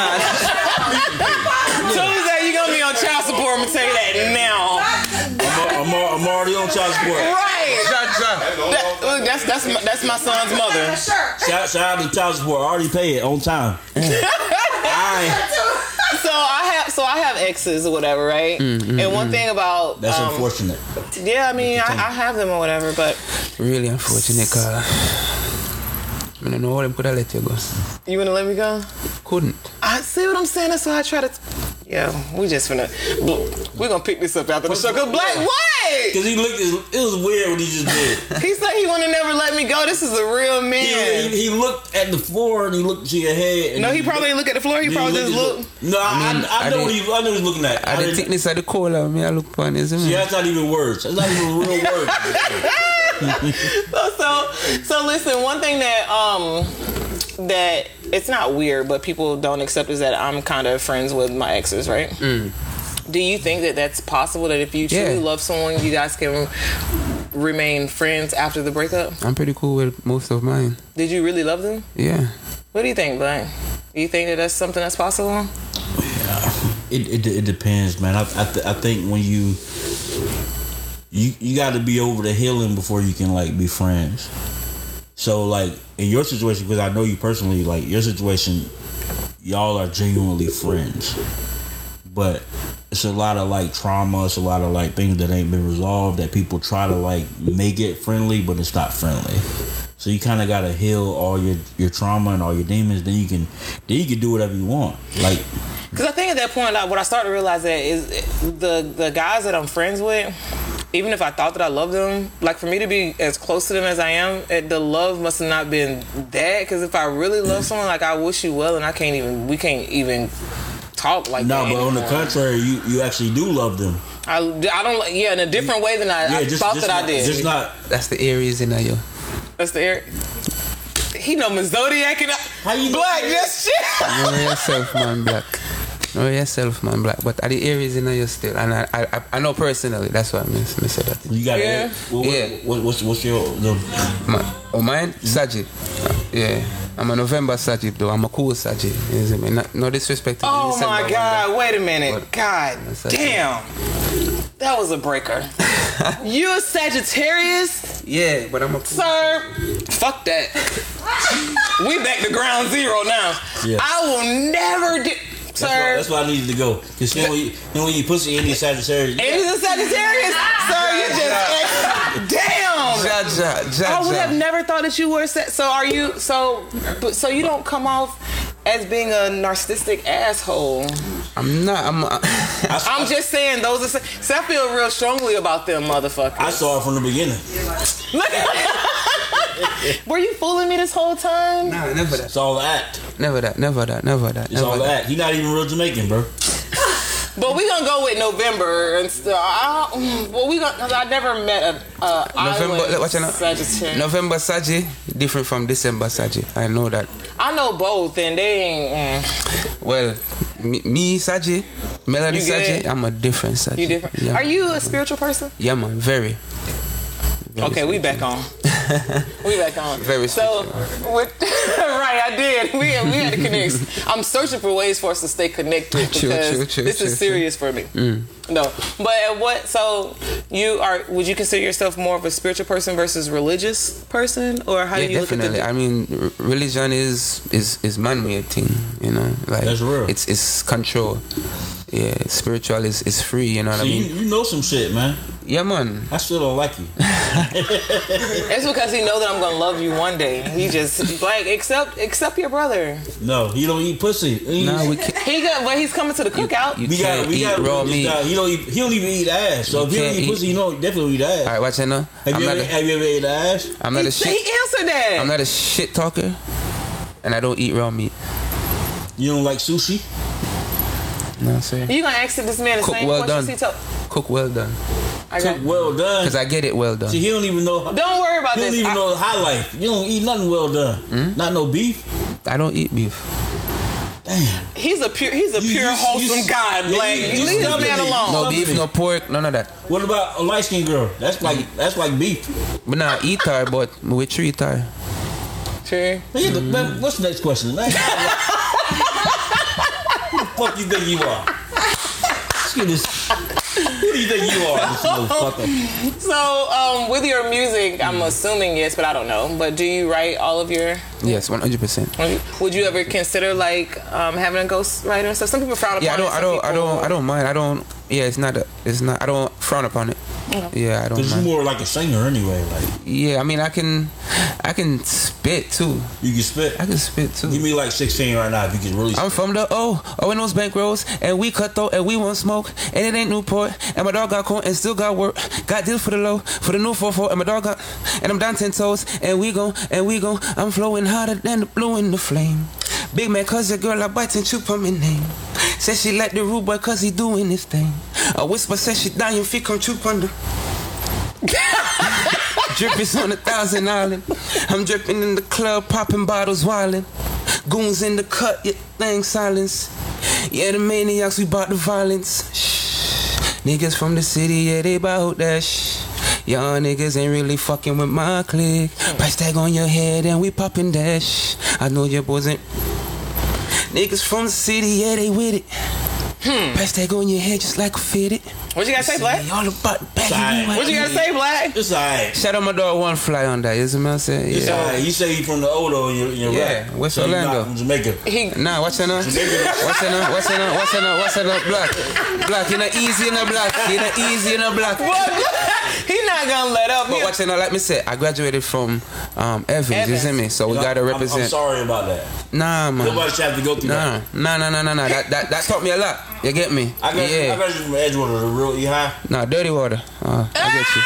Speaker 4: Tuesday, you gonna be on child support. I'm gonna tell you that now.
Speaker 5: I'm, al- I'm already on child support.
Speaker 4: Right. That- look, that's that's my, that's my son's mother.
Speaker 5: Shout, shout out to child support. I already pay it on time. I,
Speaker 4: So I have so I have exes or whatever, right? and one thing about
Speaker 5: that's
Speaker 4: um,
Speaker 5: unfortunate.
Speaker 4: yeah, I mean I, I have them or whatever, but
Speaker 6: Really unfortunate, car. I don't know how them could have let you go.
Speaker 4: you wanna let me go?
Speaker 6: Couldn't.
Speaker 4: I see what I'm saying. That's why I try to. Yeah, we just gonna we're gonna pick this up after the show. 'Cause Black, what?
Speaker 5: Cause he looked, it was weird what he just did.
Speaker 4: He said he wanna never let me go. This is a real
Speaker 5: He,
Speaker 4: man.
Speaker 5: he, he looked at the floor and he looked to your head. And
Speaker 4: No, he probably didn't look at the floor. He
Speaker 5: then
Speaker 4: probably
Speaker 5: looked
Speaker 4: just
Speaker 5: at
Speaker 4: looked.
Speaker 5: the- No, I,
Speaker 6: mean,
Speaker 5: I, I,
Speaker 6: I
Speaker 5: know what
Speaker 6: didn't-
Speaker 5: he, I know he was looking at.
Speaker 6: At
Speaker 5: I
Speaker 6: the
Speaker 5: didn't-
Speaker 6: thickness of the cola, me I look upon, isn't
Speaker 5: Yeah,
Speaker 6: it?
Speaker 5: that's not even words. That's not even real words.
Speaker 4: so so so listen one thing that um that it's not weird but people don't accept is that i'm kind of friends with my exes right do you think that that's possible that if you truly
Speaker 6: Yeah.
Speaker 4: love someone you guys can remain friends after the breakup
Speaker 6: I'm pretty cool with most of mine.
Speaker 4: did you really love them
Speaker 6: Yeah.
Speaker 4: what do you think black do you think that that's something that's possible
Speaker 5: It, it, it depends, man. I, I, th- I think when you you you got to be over the healing before you can like be friends. So like in your situation, because I know you personally, like your situation, y'all are genuinely friends, but it's a lot of like trauma. It's a lot of like things that ain't been resolved that people try to like make it friendly, but it's not friendly. So you kind of gotta heal all your your trauma and all your demons. Then you can then you can do whatever you want. Like
Speaker 4: Because I think at that point, I, what I started to realize that is the the guys that I'm friends with. Even if I thought that I loved them, like for me to be as close to them as I am, it, the love must have not been that. Because if I really love
Speaker 5: Mm.
Speaker 4: someone, like I wish you well, and I can't even, we can't even talk like
Speaker 5: no,
Speaker 4: that.
Speaker 5: but on the
Speaker 4: anymore.
Speaker 5: contrary, you you actually do love them.
Speaker 4: I, I don't, yeah, in a different way than I,
Speaker 5: Yeah,
Speaker 4: I
Speaker 5: just
Speaker 4: thought
Speaker 5: just
Speaker 4: that I
Speaker 5: not-
Speaker 4: did.
Speaker 5: Just not.
Speaker 6: That's the Aries in there, yo.
Speaker 4: That's the Eric. He know my zodiac and I,
Speaker 5: How you know
Speaker 4: black.
Speaker 5: that?
Speaker 4: Yes, shit.
Speaker 6: Know yourself, man, black. Know yourself, man, black. But are the Aries in there still? And I, I, I know personally. That's why I miss, miss that.
Speaker 5: You got
Speaker 4: Yeah.
Speaker 5: it. What, what,
Speaker 6: Yeah.
Speaker 5: What, what's what's your the,
Speaker 6: My, oh, mine?
Speaker 4: Mm-hmm.
Speaker 6: Sajid. Uh, yeah. I'm a November Sajid, though. I'm a cool Sajid. You see me? Not, no disrespect to the
Speaker 4: Oh
Speaker 6: December
Speaker 4: my
Speaker 6: one,
Speaker 4: God!
Speaker 6: but-
Speaker 4: Wait a minute.
Speaker 6: What?
Speaker 4: God
Speaker 6: That's that
Speaker 4: damn. That was a breaker. you a Sagittarius,
Speaker 6: Yeah, but I'm a cool.
Speaker 4: sir? Fuck that. we back to ground zero now.
Speaker 5: Yeah.
Speaker 4: I will never do,
Speaker 5: That's why,
Speaker 4: sir.
Speaker 5: that's why I needed to go. Because then when you, then when you pussy in your Sagittarius,
Speaker 4: It is a Sagittarius, sir. You just damn.
Speaker 6: Ja, ja, ja,
Speaker 4: I would have
Speaker 6: ja.
Speaker 4: never thought that you were set. So are you? So, but so you don't come off as being a narcissistic asshole.
Speaker 6: I'm not. I'm. A,
Speaker 4: I'm just saying those are. So I feel real strongly about them, motherfuckers.
Speaker 5: I saw it from the beginning.
Speaker 4: were you fooling me this whole time?
Speaker 6: nah, never that.
Speaker 5: It's all act.
Speaker 6: Never that. Never that. Never that.
Speaker 5: It's
Speaker 6: never
Speaker 5: all
Speaker 6: that.
Speaker 5: act. He not even real Jamaican, bro.
Speaker 4: But we gonna go with November and stuff. I don't- Well, we gonna. 'cause I never met a, a
Speaker 6: November-
Speaker 4: Iowa
Speaker 6: what's your name?
Speaker 4: Sagittarius.
Speaker 6: November Saji different from December Saji. I know that.
Speaker 4: I know both, and they ain't. mm,
Speaker 6: Well, me, me Saji, Melody
Speaker 4: You good?
Speaker 6: Saji, I'm a different Saji.
Speaker 4: You different.
Speaker 6: Yeah,
Speaker 4: Are you a spiritual person?
Speaker 6: yeah, man, very.
Speaker 4: Okay, we back on. we back on.
Speaker 6: Very
Speaker 4: so, with, right, I did. We, we had to connect. I'm searching for ways for us to stay connected because
Speaker 6: True, true, true,
Speaker 4: this
Speaker 6: true, Mm.
Speaker 4: is serious for me. No, but at what? So, you are? Would you consider yourself more of a spiritual person versus religious person, or how do you
Speaker 6: Yeah, definitely.
Speaker 4: look at
Speaker 6: I mean, r- religion is is is man-made thing, you know. Like
Speaker 5: That's real.
Speaker 6: It's it's control. Yeah, spiritual is is free. You know what
Speaker 5: So
Speaker 6: I
Speaker 5: you,
Speaker 6: mean?
Speaker 5: you know some shit, man.
Speaker 6: Yeah, man.
Speaker 5: I still don't like you.
Speaker 4: the? It's because he know that I'm gonna love you one day. He just like accept accept your brother.
Speaker 5: No, he don't eat pussy. He
Speaker 6: No,
Speaker 5: eats-
Speaker 6: we can't.
Speaker 4: He got well. He's coming to the cookout.
Speaker 6: you-
Speaker 5: we got
Speaker 6: can't
Speaker 5: we
Speaker 6: eat
Speaker 5: got
Speaker 6: raw
Speaker 5: we
Speaker 6: meat.
Speaker 5: got- He don't eat, he don't even eat ass. So
Speaker 6: You
Speaker 5: if he don't
Speaker 6: can't
Speaker 5: eat
Speaker 6: eat-
Speaker 5: pussy, you know he definitely eat ass.
Speaker 6: All right, watch it now.
Speaker 5: Have
Speaker 6: I'm
Speaker 5: you,
Speaker 6: not.
Speaker 5: ever,
Speaker 6: A,
Speaker 5: have you ever ate ass?
Speaker 6: I'm
Speaker 4: he,
Speaker 6: not
Speaker 4: he
Speaker 6: a shit.
Speaker 4: answered that.
Speaker 6: I'm not a shit talker, and I don't eat raw meat.
Speaker 5: You don't like sushi?
Speaker 6: No, sir.
Speaker 4: you gonna ask this man the
Speaker 6: Cook
Speaker 4: same
Speaker 6: well
Speaker 4: questions
Speaker 6: done.
Speaker 4: he told?
Speaker 6: Cook well done,
Speaker 4: I got-
Speaker 5: Well done.
Speaker 6: cause I get it well done.
Speaker 5: See, he don't even know.
Speaker 4: Don't worry about
Speaker 5: He don't
Speaker 4: this.
Speaker 5: even
Speaker 4: I-
Speaker 5: know the high life. You don't eat nothing well done.
Speaker 6: Hmm?
Speaker 5: Not no beef.
Speaker 6: I don't eat beef.
Speaker 4: he's a pure, he's a
Speaker 5: You-
Speaker 4: pure
Speaker 5: you-
Speaker 4: wholesome
Speaker 5: you-
Speaker 4: guy.
Speaker 5: yeah,
Speaker 4: Black,
Speaker 5: you-
Speaker 4: you,
Speaker 5: you
Speaker 4: leave that
Speaker 5: stop
Speaker 4: man
Speaker 5: it.
Speaker 4: alone.
Speaker 6: Oh, No
Speaker 5: Love
Speaker 6: beef,
Speaker 5: it.
Speaker 6: no pork, none of that.
Speaker 5: What about a light skinned girl? That's like
Speaker 6: Hmm.
Speaker 5: that's like beef.
Speaker 6: But nah, eat her, but we treat her.
Speaker 4: Sure.
Speaker 5: Man, the-
Speaker 6: Hmm.
Speaker 5: man, what's the next question, man? Who the fuck you think you are? Excuse this. Who do you think you are, this motherfucker?
Speaker 4: So, um, with your music, I'm
Speaker 6: Mm.
Speaker 4: assuming yes, but I don't know. But do you write all of your?
Speaker 6: Yes, 100. percent
Speaker 4: Would you ever consider like um, having a ghostwriter and stuff? Some people frown upon
Speaker 6: Yeah, I don't,
Speaker 4: it.
Speaker 6: I don't, I don't, I don't mind. I don't. Yeah, it's not. A, it's not. I don't frown upon it. Yeah, I don't
Speaker 5: Cause you
Speaker 6: mind.
Speaker 5: more like a singer anyway. Like
Speaker 6: Yeah, I mean, I can, I can spit too.
Speaker 5: you can spit.
Speaker 6: I can spit
Speaker 5: Give
Speaker 6: too.
Speaker 5: me like 16 right now if you can really.
Speaker 6: I'm from the O, O and those bank rolls, and we cut though, and we won't smoke, and it ain't Newport, and my dog got caught and still got work, got deals for the low, for the new 44, and my dog got, and I'm down 10 toes, and we gon', and we gon', I'm flowing hotter than the blue in the flame. Big man, cause your girl I bite and chew from my name. Says she like the rude boy cause he doing his thing. A whisper says she dying feet come chew on the Drip is on a thousand island. I'm dripping in the club, popping bottles, wildin'. Goons in the cut, your thing silence. Yeah, the maniacs, we bout the violence. Shh. Niggas from the city, yeah, they bout that. Shh. Y'all niggas ain't really fucking with my clique. Price tag on your head and we poppin' that. Shh. I know your boys ain't. Niggas from the city, yeah, they with it. Price tag on your head just like a fitted.
Speaker 4: What you gotta Hmm. say, Black?
Speaker 6: All about the
Speaker 5: It's alright.
Speaker 4: What you gotta say, Black?
Speaker 5: It's alright.
Speaker 6: Shout out my dog One Fly on that. You see what I'm saying?
Speaker 5: It's
Speaker 6: Yeah.
Speaker 5: alright. You say you from the Odo and you're, you're
Speaker 6: Yeah,
Speaker 5: right.
Speaker 6: West
Speaker 5: so you
Speaker 6: Orlando.
Speaker 5: not from Jamaica.
Speaker 4: He
Speaker 6: Nah, what's that? What's
Speaker 5: Jamaica.
Speaker 6: that? What's that? What's that? What's that? Black, black. You know easy, you know black. You know easy, you know black.
Speaker 4: he not gonna let up.
Speaker 6: But
Speaker 4: He-
Speaker 6: what's it not like me say? I graduated from um, Evans, You
Speaker 4: Evans.
Speaker 6: see me? So we
Speaker 5: I'm-
Speaker 6: gotta
Speaker 5: I'm- I'm,
Speaker 6: represent.
Speaker 5: sorry about that.
Speaker 6: nah, man.
Speaker 5: Nobody should have to go through that.
Speaker 6: Nah, nah, nah, nah, nah, nah. That, that that taught me a lot. You get me?
Speaker 5: I got you. I
Speaker 6: yeah.
Speaker 5: got you from Edgewater, the real E high.
Speaker 6: Nah, dirty water. Uh, I get you.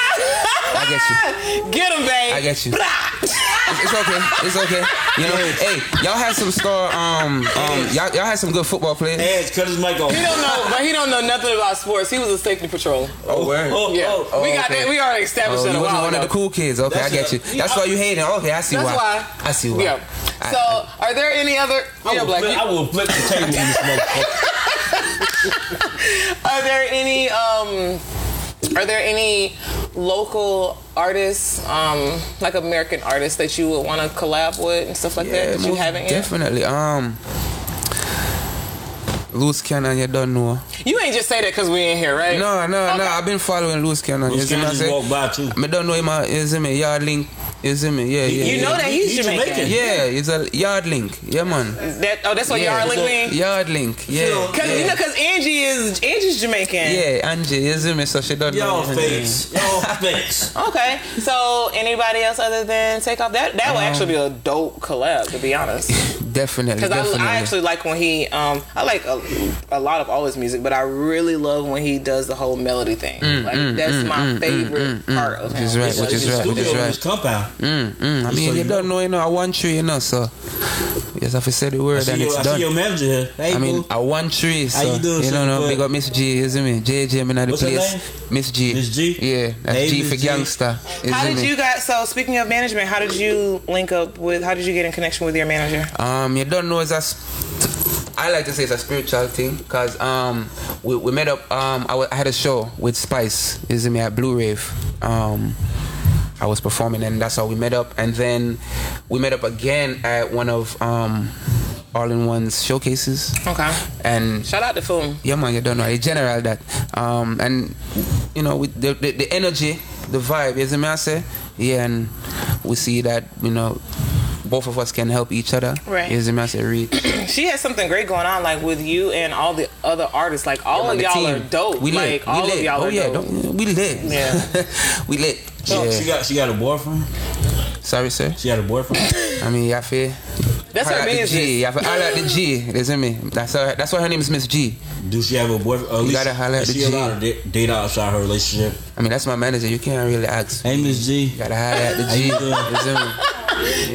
Speaker 6: I get you.
Speaker 4: Get him, babe.
Speaker 6: I get you. It's, it's okay. It's okay. You know. Hey, y'all had some star. Um, um, y'all, y'all had some good football players.
Speaker 5: Edge, cut his mic off.
Speaker 4: He don't know, but he don't know nothing about sports. He was a safety patrol.
Speaker 6: Oh, word.
Speaker 5: Oh,
Speaker 4: Yeah,
Speaker 5: oh,
Speaker 6: oh,
Speaker 4: we got
Speaker 6: okay.
Speaker 4: that. We already established
Speaker 6: Oh,
Speaker 4: that
Speaker 6: you
Speaker 4: a
Speaker 6: wasn't
Speaker 4: while
Speaker 6: one
Speaker 4: ago.
Speaker 6: of the cool kids. Okay, I
Speaker 5: That's
Speaker 6: get
Speaker 5: a-
Speaker 6: you. That's why you hating. Okay, I see
Speaker 4: That's
Speaker 6: why.
Speaker 4: why.
Speaker 6: I see why.
Speaker 4: Yeah.
Speaker 6: I- Oh,
Speaker 4: So,
Speaker 6: I-
Speaker 4: are there any other?
Speaker 5: I,
Speaker 4: Yeah,
Speaker 5: will
Speaker 4: Black.
Speaker 5: flip, I
Speaker 4: you-
Speaker 5: will flip the table in this motherfucker.
Speaker 4: Are there any? Um, are there any local artists, um, like American artists, that you would want to collab with and stuff like that that you
Speaker 6: most
Speaker 4: haven't yet?
Speaker 6: definitely. Um, Loose Cannon, you don't know.
Speaker 4: You ain't just say that because we in here, right?
Speaker 6: No, no, no.
Speaker 4: Okay.
Speaker 6: I've been following Loose Cannon.
Speaker 5: Those
Speaker 6: you see what I'm
Speaker 5: cats just
Speaker 6: saying?
Speaker 5: walked by too.
Speaker 6: Me don't know him. uh, You see me? Yard link. You see me? Yeah, yeah.
Speaker 4: You
Speaker 6: yeah.
Speaker 4: know Oh, that he's Jamaican.
Speaker 6: Yeah, it's a yard link. Yeah, man.
Speaker 4: That oh, that's what
Speaker 6: Yeah.
Speaker 4: y'all like me.
Speaker 6: Yard link. Yeah.
Speaker 4: Cause you know, cause Angie is Angie's Jamaican.
Speaker 6: Yeah, Angie, you see me? So she don't know.
Speaker 5: Y'all
Speaker 6: his name.
Speaker 5: fakes. Y'all fakes.
Speaker 4: Okay, so anybody else other than take off that that
Speaker 6: Um,
Speaker 4: would actually be a dope collab to be honest.
Speaker 6: Definitely,
Speaker 4: Because
Speaker 6: definitely.
Speaker 4: I, I actually like when he, um, I like a, a lot of all his music, but I really love when he does the whole melody thing.
Speaker 6: Mm,
Speaker 4: like that's my favorite part of
Speaker 6: Which is
Speaker 4: him.
Speaker 6: right, which is right, which
Speaker 5: Studio
Speaker 6: is
Speaker 5: in
Speaker 6: right.
Speaker 5: his compound.
Speaker 6: Mm, mm. I mean,
Speaker 5: so
Speaker 6: you
Speaker 5: you
Speaker 6: don't know, you know, I want you, you know, so yes, if you say the word,
Speaker 5: I
Speaker 6: then
Speaker 5: see, your,
Speaker 6: it's
Speaker 5: I see
Speaker 6: done.
Speaker 5: your manager here. Hey,
Speaker 6: I mean,
Speaker 5: boo.
Speaker 6: I want three. So,
Speaker 5: How you doing,
Speaker 6: You know,
Speaker 5: son?
Speaker 6: no,
Speaker 5: But-
Speaker 6: big up Miss G, isn't me? JJ, I'm in the
Speaker 5: What's her
Speaker 6: place.
Speaker 5: name?
Speaker 6: Miss G.
Speaker 5: Miss G?
Speaker 6: Yeah, that's
Speaker 5: Hey,
Speaker 6: G
Speaker 5: Miss
Speaker 6: for
Speaker 5: G.
Speaker 6: gangster.
Speaker 4: How
Speaker 6: isn't
Speaker 4: did
Speaker 6: it?
Speaker 4: you guys? So speaking of management, how did you link up with? How did you get in connection with your manager?
Speaker 6: Um, you don't know it's a. sp- I like to say it's a spiritual thing because um, we, we met up. Um, I, wa- I had a show with Spice. Is me at Blue Rave. Um, I was performing and that's how we met up. And then we met up again at one of um, All in One's showcases.
Speaker 4: Okay,
Speaker 6: And
Speaker 4: shout out to Foom.
Speaker 6: yeah, man, you don't know. In general, that um, and you know, with the, the the energy, the vibe, is me I say, yeah, and we see that you know, both of us can help each other.
Speaker 4: Right.
Speaker 6: Is me I say, read.
Speaker 4: She has something great going on, like with you and all the other artists. Like all
Speaker 6: on
Speaker 4: of
Speaker 6: the
Speaker 4: y'all
Speaker 6: team.
Speaker 4: are dope.
Speaker 6: We
Speaker 4: like
Speaker 6: lit.
Speaker 4: all
Speaker 6: we lit.
Speaker 4: of y'all
Speaker 6: oh,
Speaker 4: are
Speaker 6: yeah,
Speaker 4: dope.
Speaker 6: Don't, we lit.
Speaker 4: Yeah.
Speaker 6: we lit.
Speaker 5: So,
Speaker 6: yeah.
Speaker 5: She got she got a boyfriend.
Speaker 6: Sorry, sir.
Speaker 5: She got a boyfriend.
Speaker 6: I mean, y'all feel.
Speaker 4: That's
Speaker 6: I
Speaker 4: her
Speaker 6: like the
Speaker 4: business.
Speaker 6: G. Y'all feel. I like the G. You see me? That's her. That's why her name is Miss G.
Speaker 5: Do she have a boyfriend? Or at
Speaker 6: You
Speaker 5: least,
Speaker 6: gotta holler at
Speaker 5: is
Speaker 6: the
Speaker 5: she
Speaker 6: G.
Speaker 5: allowed to da- date outside her relationship?
Speaker 6: I mean, that's my manager. You can't really ask.
Speaker 5: Hey, Miss G.
Speaker 6: You gotta holler at the G.
Speaker 5: you doing?
Speaker 6: You see me?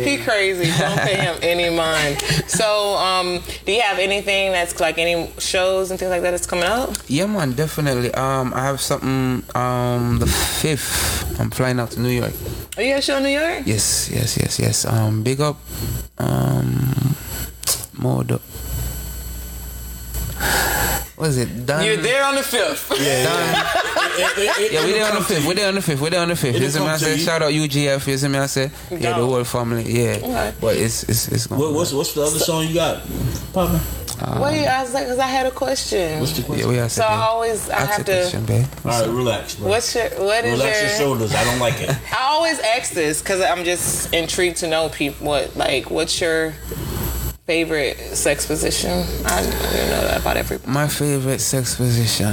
Speaker 4: He crazy. Don't pay him any mind. So, um, do you have anything that's like any shows and things like that that's coming up?
Speaker 6: Yeah, man, definitely. Um, I have something. Um, the fifth, I'm flying out to New York.
Speaker 4: Are you at a show in New York?
Speaker 6: Yes, yes, yes, yes. Um, big up. Um, Modo. What is it? Dan.
Speaker 4: You're there on the fifth.
Speaker 6: Dan. Yeah, we there on the fifth. We there on the fifth. We there on the fifth.
Speaker 5: It'll
Speaker 6: You see me?
Speaker 5: come
Speaker 6: I
Speaker 5: to
Speaker 6: say
Speaker 5: you.
Speaker 6: shout out UGF. You see me? I say yeah, the
Speaker 4: Dog.
Speaker 6: whole family. Yeah,
Speaker 4: Okay.
Speaker 6: but it's it's it's going.
Speaker 5: What, what's what's the other song you got, Papa?
Speaker 6: um,
Speaker 4: Wait, I was like, cause I had a question.
Speaker 5: What's the question?
Speaker 6: yeah, we are.
Speaker 4: So I always I have to.
Speaker 6: Question, babe.
Speaker 5: All right, relax. Bro.
Speaker 4: What's your what is
Speaker 5: relax your
Speaker 4: your?
Speaker 5: shoulders. I don't like it.
Speaker 4: I always ask this because I'm just intrigued to know people. What like what's your favorite sex position? I don't even know that about everybody.
Speaker 6: My favorite sex position.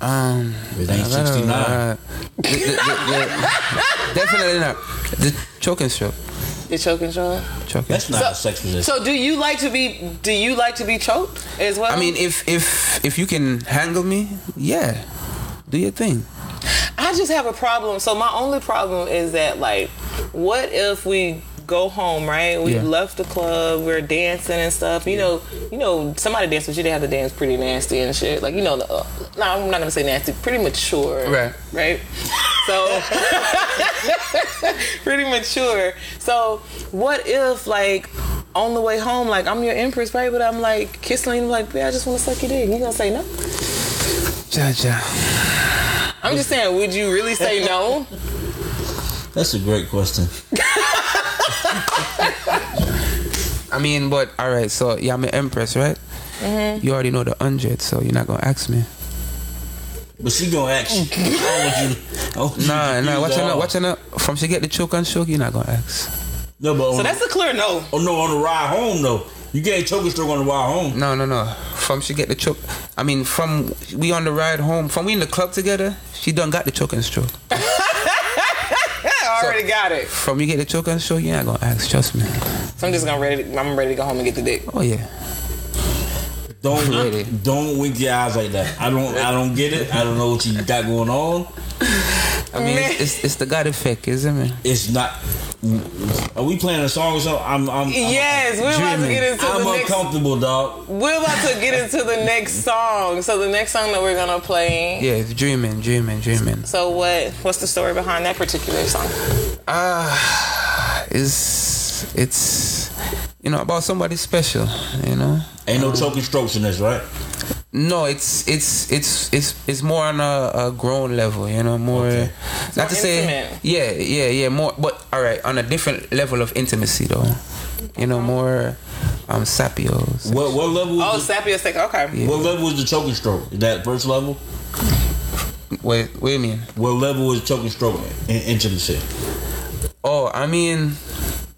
Speaker 6: Um,
Speaker 5: It ain't
Speaker 6: I gotta-
Speaker 5: 69.
Speaker 6: uh, the- the- the- definitely not. The choking strip.
Speaker 4: The choking joint.
Speaker 6: Choking.
Speaker 5: That's not a sex position.
Speaker 4: So do you like to be? Do you like to be choked as well?
Speaker 6: I mean, if if if you can handle me, yeah, do your thing.
Speaker 4: I just have a problem. So my only problem is that like, what if we go home, right? We
Speaker 6: Yeah.
Speaker 4: left the club, we are dancing and stuff. You know, you know, somebody danced, but you didn't have to dance pretty nasty and shit. Like, you know, the, uh, no, I'm not gonna say nasty, pretty mature,
Speaker 6: Right.
Speaker 4: Right. So pretty mature. So what if like. On the way home, like I'm your empress, right? But I'm like kissing, you, like, yeah, I just want to suck your dick. You gonna say no?
Speaker 6: Ja, ja.
Speaker 4: I'm just saying, would you really say no?
Speaker 5: That's a great question.
Speaker 6: I mean, but all right. So
Speaker 4: Mm-hmm.
Speaker 6: yeah, I'm an empress, right? You already know the hundred, so you're not gonna ask me.
Speaker 5: But she gonna ask you. I don't want you. Oh, I
Speaker 8: Nah, nah. Watch
Speaker 5: out!
Speaker 8: her, watch her. From she get the choke and choke, you're not gonna ask.
Speaker 5: No, but on,
Speaker 4: So that's a clear no.
Speaker 5: oh no, on the ride home though. You can't choke a stroke on the ride home.
Speaker 8: No, no, no. From she get the choke. I mean, from we on the ride home, from we in the club together, she done got the choke and stroke.
Speaker 4: I already got it.
Speaker 8: From you get the choke and stroke, you're not gonna ask. Trust me.
Speaker 4: So I'm just gonna ready. I'm ready to go home and get the dick.
Speaker 8: Oh yeah.
Speaker 5: Don't
Speaker 8: Really?
Speaker 5: don't wink your eyes like that. I don't I don't get it. I don't know what you got going on.
Speaker 8: I mean, it's, it's, it's the God effect, isn't it?
Speaker 5: It's not. Are we playing a song or something? I'm. I'm, I'm
Speaker 4: Yes, we're about to get into
Speaker 5: I'm
Speaker 4: the next.
Speaker 5: uncomfortable, dog.
Speaker 4: We're about to get into the next song. So the next song that we're gonna play.
Speaker 8: Yeah, it's dreaming, dreaming, dreaming.
Speaker 4: So what? What's the story behind that particular song?
Speaker 8: Ah, it's it's you know about somebody special, you know.
Speaker 5: Ain't no choking strokes in this, right?
Speaker 8: No, it's it's it's it's it's more on a, a grown level, you know, more not
Speaker 4: more
Speaker 8: to say
Speaker 4: intimate.
Speaker 8: yeah, yeah, yeah, more but all right, on a different level of intimacy though. You know, more um sapios.
Speaker 5: What what level?
Speaker 4: Oh,
Speaker 5: Was
Speaker 4: Sapio Sick. Okay.
Speaker 5: the, what level was the choking stroke? Is that first level?
Speaker 8: Wait, what do you mean?
Speaker 5: What level was choking stroke in intimacy?
Speaker 8: Oh, I mean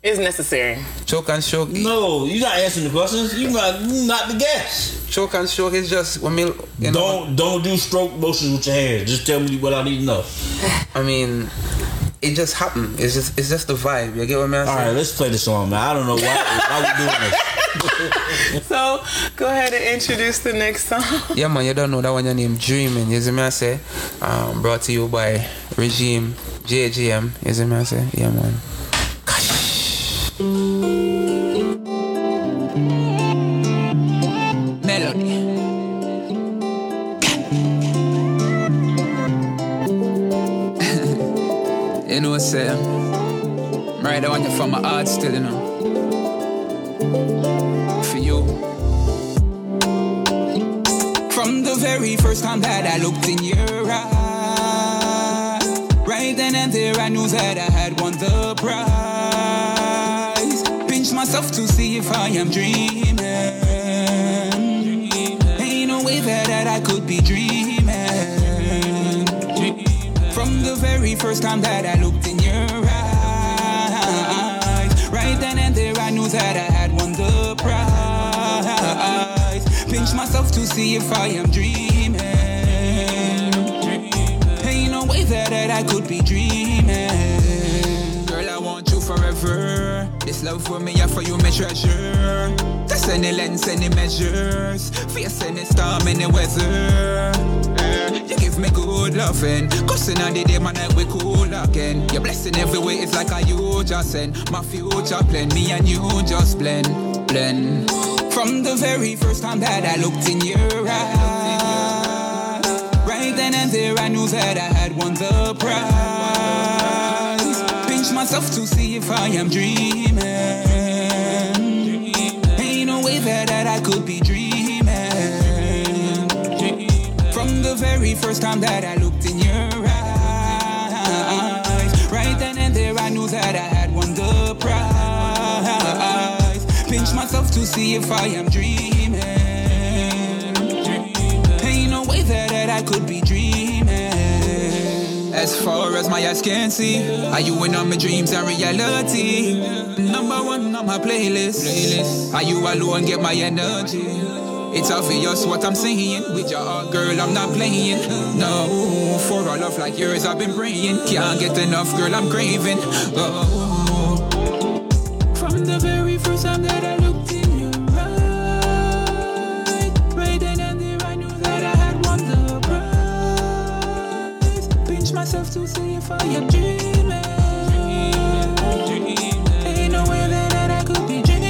Speaker 4: It's necessary.
Speaker 8: choke and stroke
Speaker 5: No, you're not answering the questions. You're not you not the guest.
Speaker 8: choke and stroke is just when me you know
Speaker 5: Don't don't do stroke motions with your hands. Just tell me what I need to know.
Speaker 8: I mean it just happened. It's just it's just the vibe. You get what I'm saying?
Speaker 5: All right, let's play the song, man. I don't know why, why we doing this.
Speaker 4: So go ahead and introduce the next song.
Speaker 8: Yeah, man, you don't know that one. Your name Dreaming. You see me? I say, um, brought to you by Regime JGM. You see me? I say, yeah, man.
Speaker 9: Melody. you know what I'm saying? Right, I want you for my art still, you know. For you.
Speaker 6: From the very first time that I looked in your eyes, right then and there I knew that I had won the prize. Pinch myself to see if I am dreaming. Ain't no way that, that I could be dreaming. From the very first time that I looked in your eyes, right then and there I knew that I had won the prize. Pinch myself to see if I am dreaming. Ain't no way that, that I could be dreaming. Girl, I want you forever. This love for me, yeah, for you, my treasure. Test any lens, any measures. Face any storm, any weather. Eh, You give me good loving. Cussing on the day, my night, we cool again. Your blessing every way is like a you just send. My future plan, me and you just blend, blend. From the very first time that I looked in your eyes. Right then and there, I knew that I had won the prize. Pinch myself to see if I am dreaming. Ain't no way that, that I could be dreaming. From the very first time that I looked in your eyes, right then and there, I knew that I had won the prize. Pinch myself to see if I am dreaming. Ain't no way that, that I could be dreaming. As far as my eyes can see, are you in on my dreams and reality? Number one on my playlist. Are you alone? Get my energy. It's obvious what I'm saying. With your heart, girl, I'm not playing. No, for a love like yours, I've been praying. Can't get enough, girl, I'm craving. Oh. From the very first time that I looked in your eyes, right then and there I knew that I had won the prize. Pinch myself to see if I am dreaming. Ain't no way that I could be dreaming.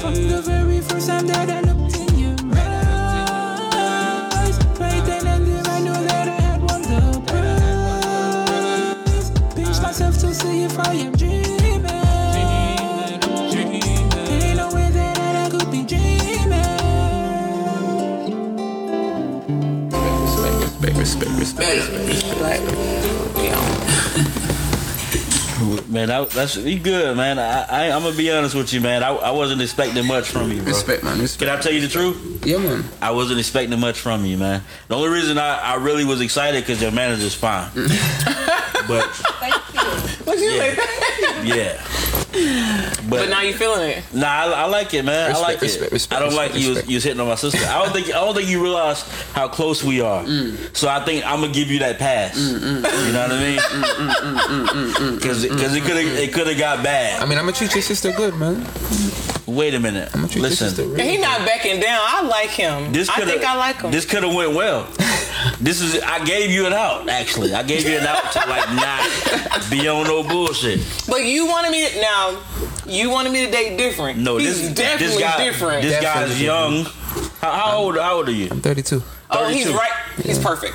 Speaker 6: From the very first time that I looked in your eyes, right then and there I knew that I had won the prize. Pinch myself to see if I am dreaming. Ain't no way that I could be dreaming.
Speaker 8: Respect, respect, respect, respect.
Speaker 4: But, yeah.
Speaker 5: Man, that, that's you good, man. I, I I'm gonna be honest with you, man. I, I wasn't expecting much from you, bro.
Speaker 10: Respect, man. Respect.
Speaker 5: Can I tell you the truth?
Speaker 6: Yeah, man.
Speaker 5: I wasn't expecting much from you, man. The only reason I, I really was excited because your manager's fine. but
Speaker 4: What you
Speaker 5: Yeah.
Speaker 4: like?
Speaker 5: yeah,
Speaker 4: But now you feeling it.
Speaker 5: Nah, I, I like it, man. I
Speaker 6: Respect,
Speaker 5: like it.
Speaker 6: respect, respect,
Speaker 5: I don't
Speaker 6: respect,
Speaker 5: like you. Was,
Speaker 6: respect.
Speaker 5: you was hitting on my sister. I don't think. I don't think you realize how close we are.
Speaker 4: Mm.
Speaker 5: So I think I'm gonna give you that pass. You know what I
Speaker 4: Mm,
Speaker 5: mean? Because because it could have it could have got
Speaker 6: I
Speaker 5: bad.
Speaker 6: mean, I'm gonna treat your sister good, man.
Speaker 5: Wait a minute.
Speaker 6: I'm gonna treat your sister
Speaker 5: Listen,
Speaker 6: real.
Speaker 4: He not backing down. I like him.
Speaker 5: this
Speaker 4: I
Speaker 5: could
Speaker 4: think I like him.
Speaker 5: This could have went well. This is I gave you an out. Actually, I gave you an out to like not be on no bullshit.
Speaker 4: but you wanted me now. You wanted me to date different.
Speaker 5: No,
Speaker 4: he's
Speaker 5: this
Speaker 4: definitely
Speaker 5: this guy,
Speaker 4: different.
Speaker 5: This
Speaker 6: Definitely
Speaker 5: guy's young. How, how old? How old are you?
Speaker 6: 32.
Speaker 4: oh, he's
Speaker 5: 32.
Speaker 4: right. He's perfect.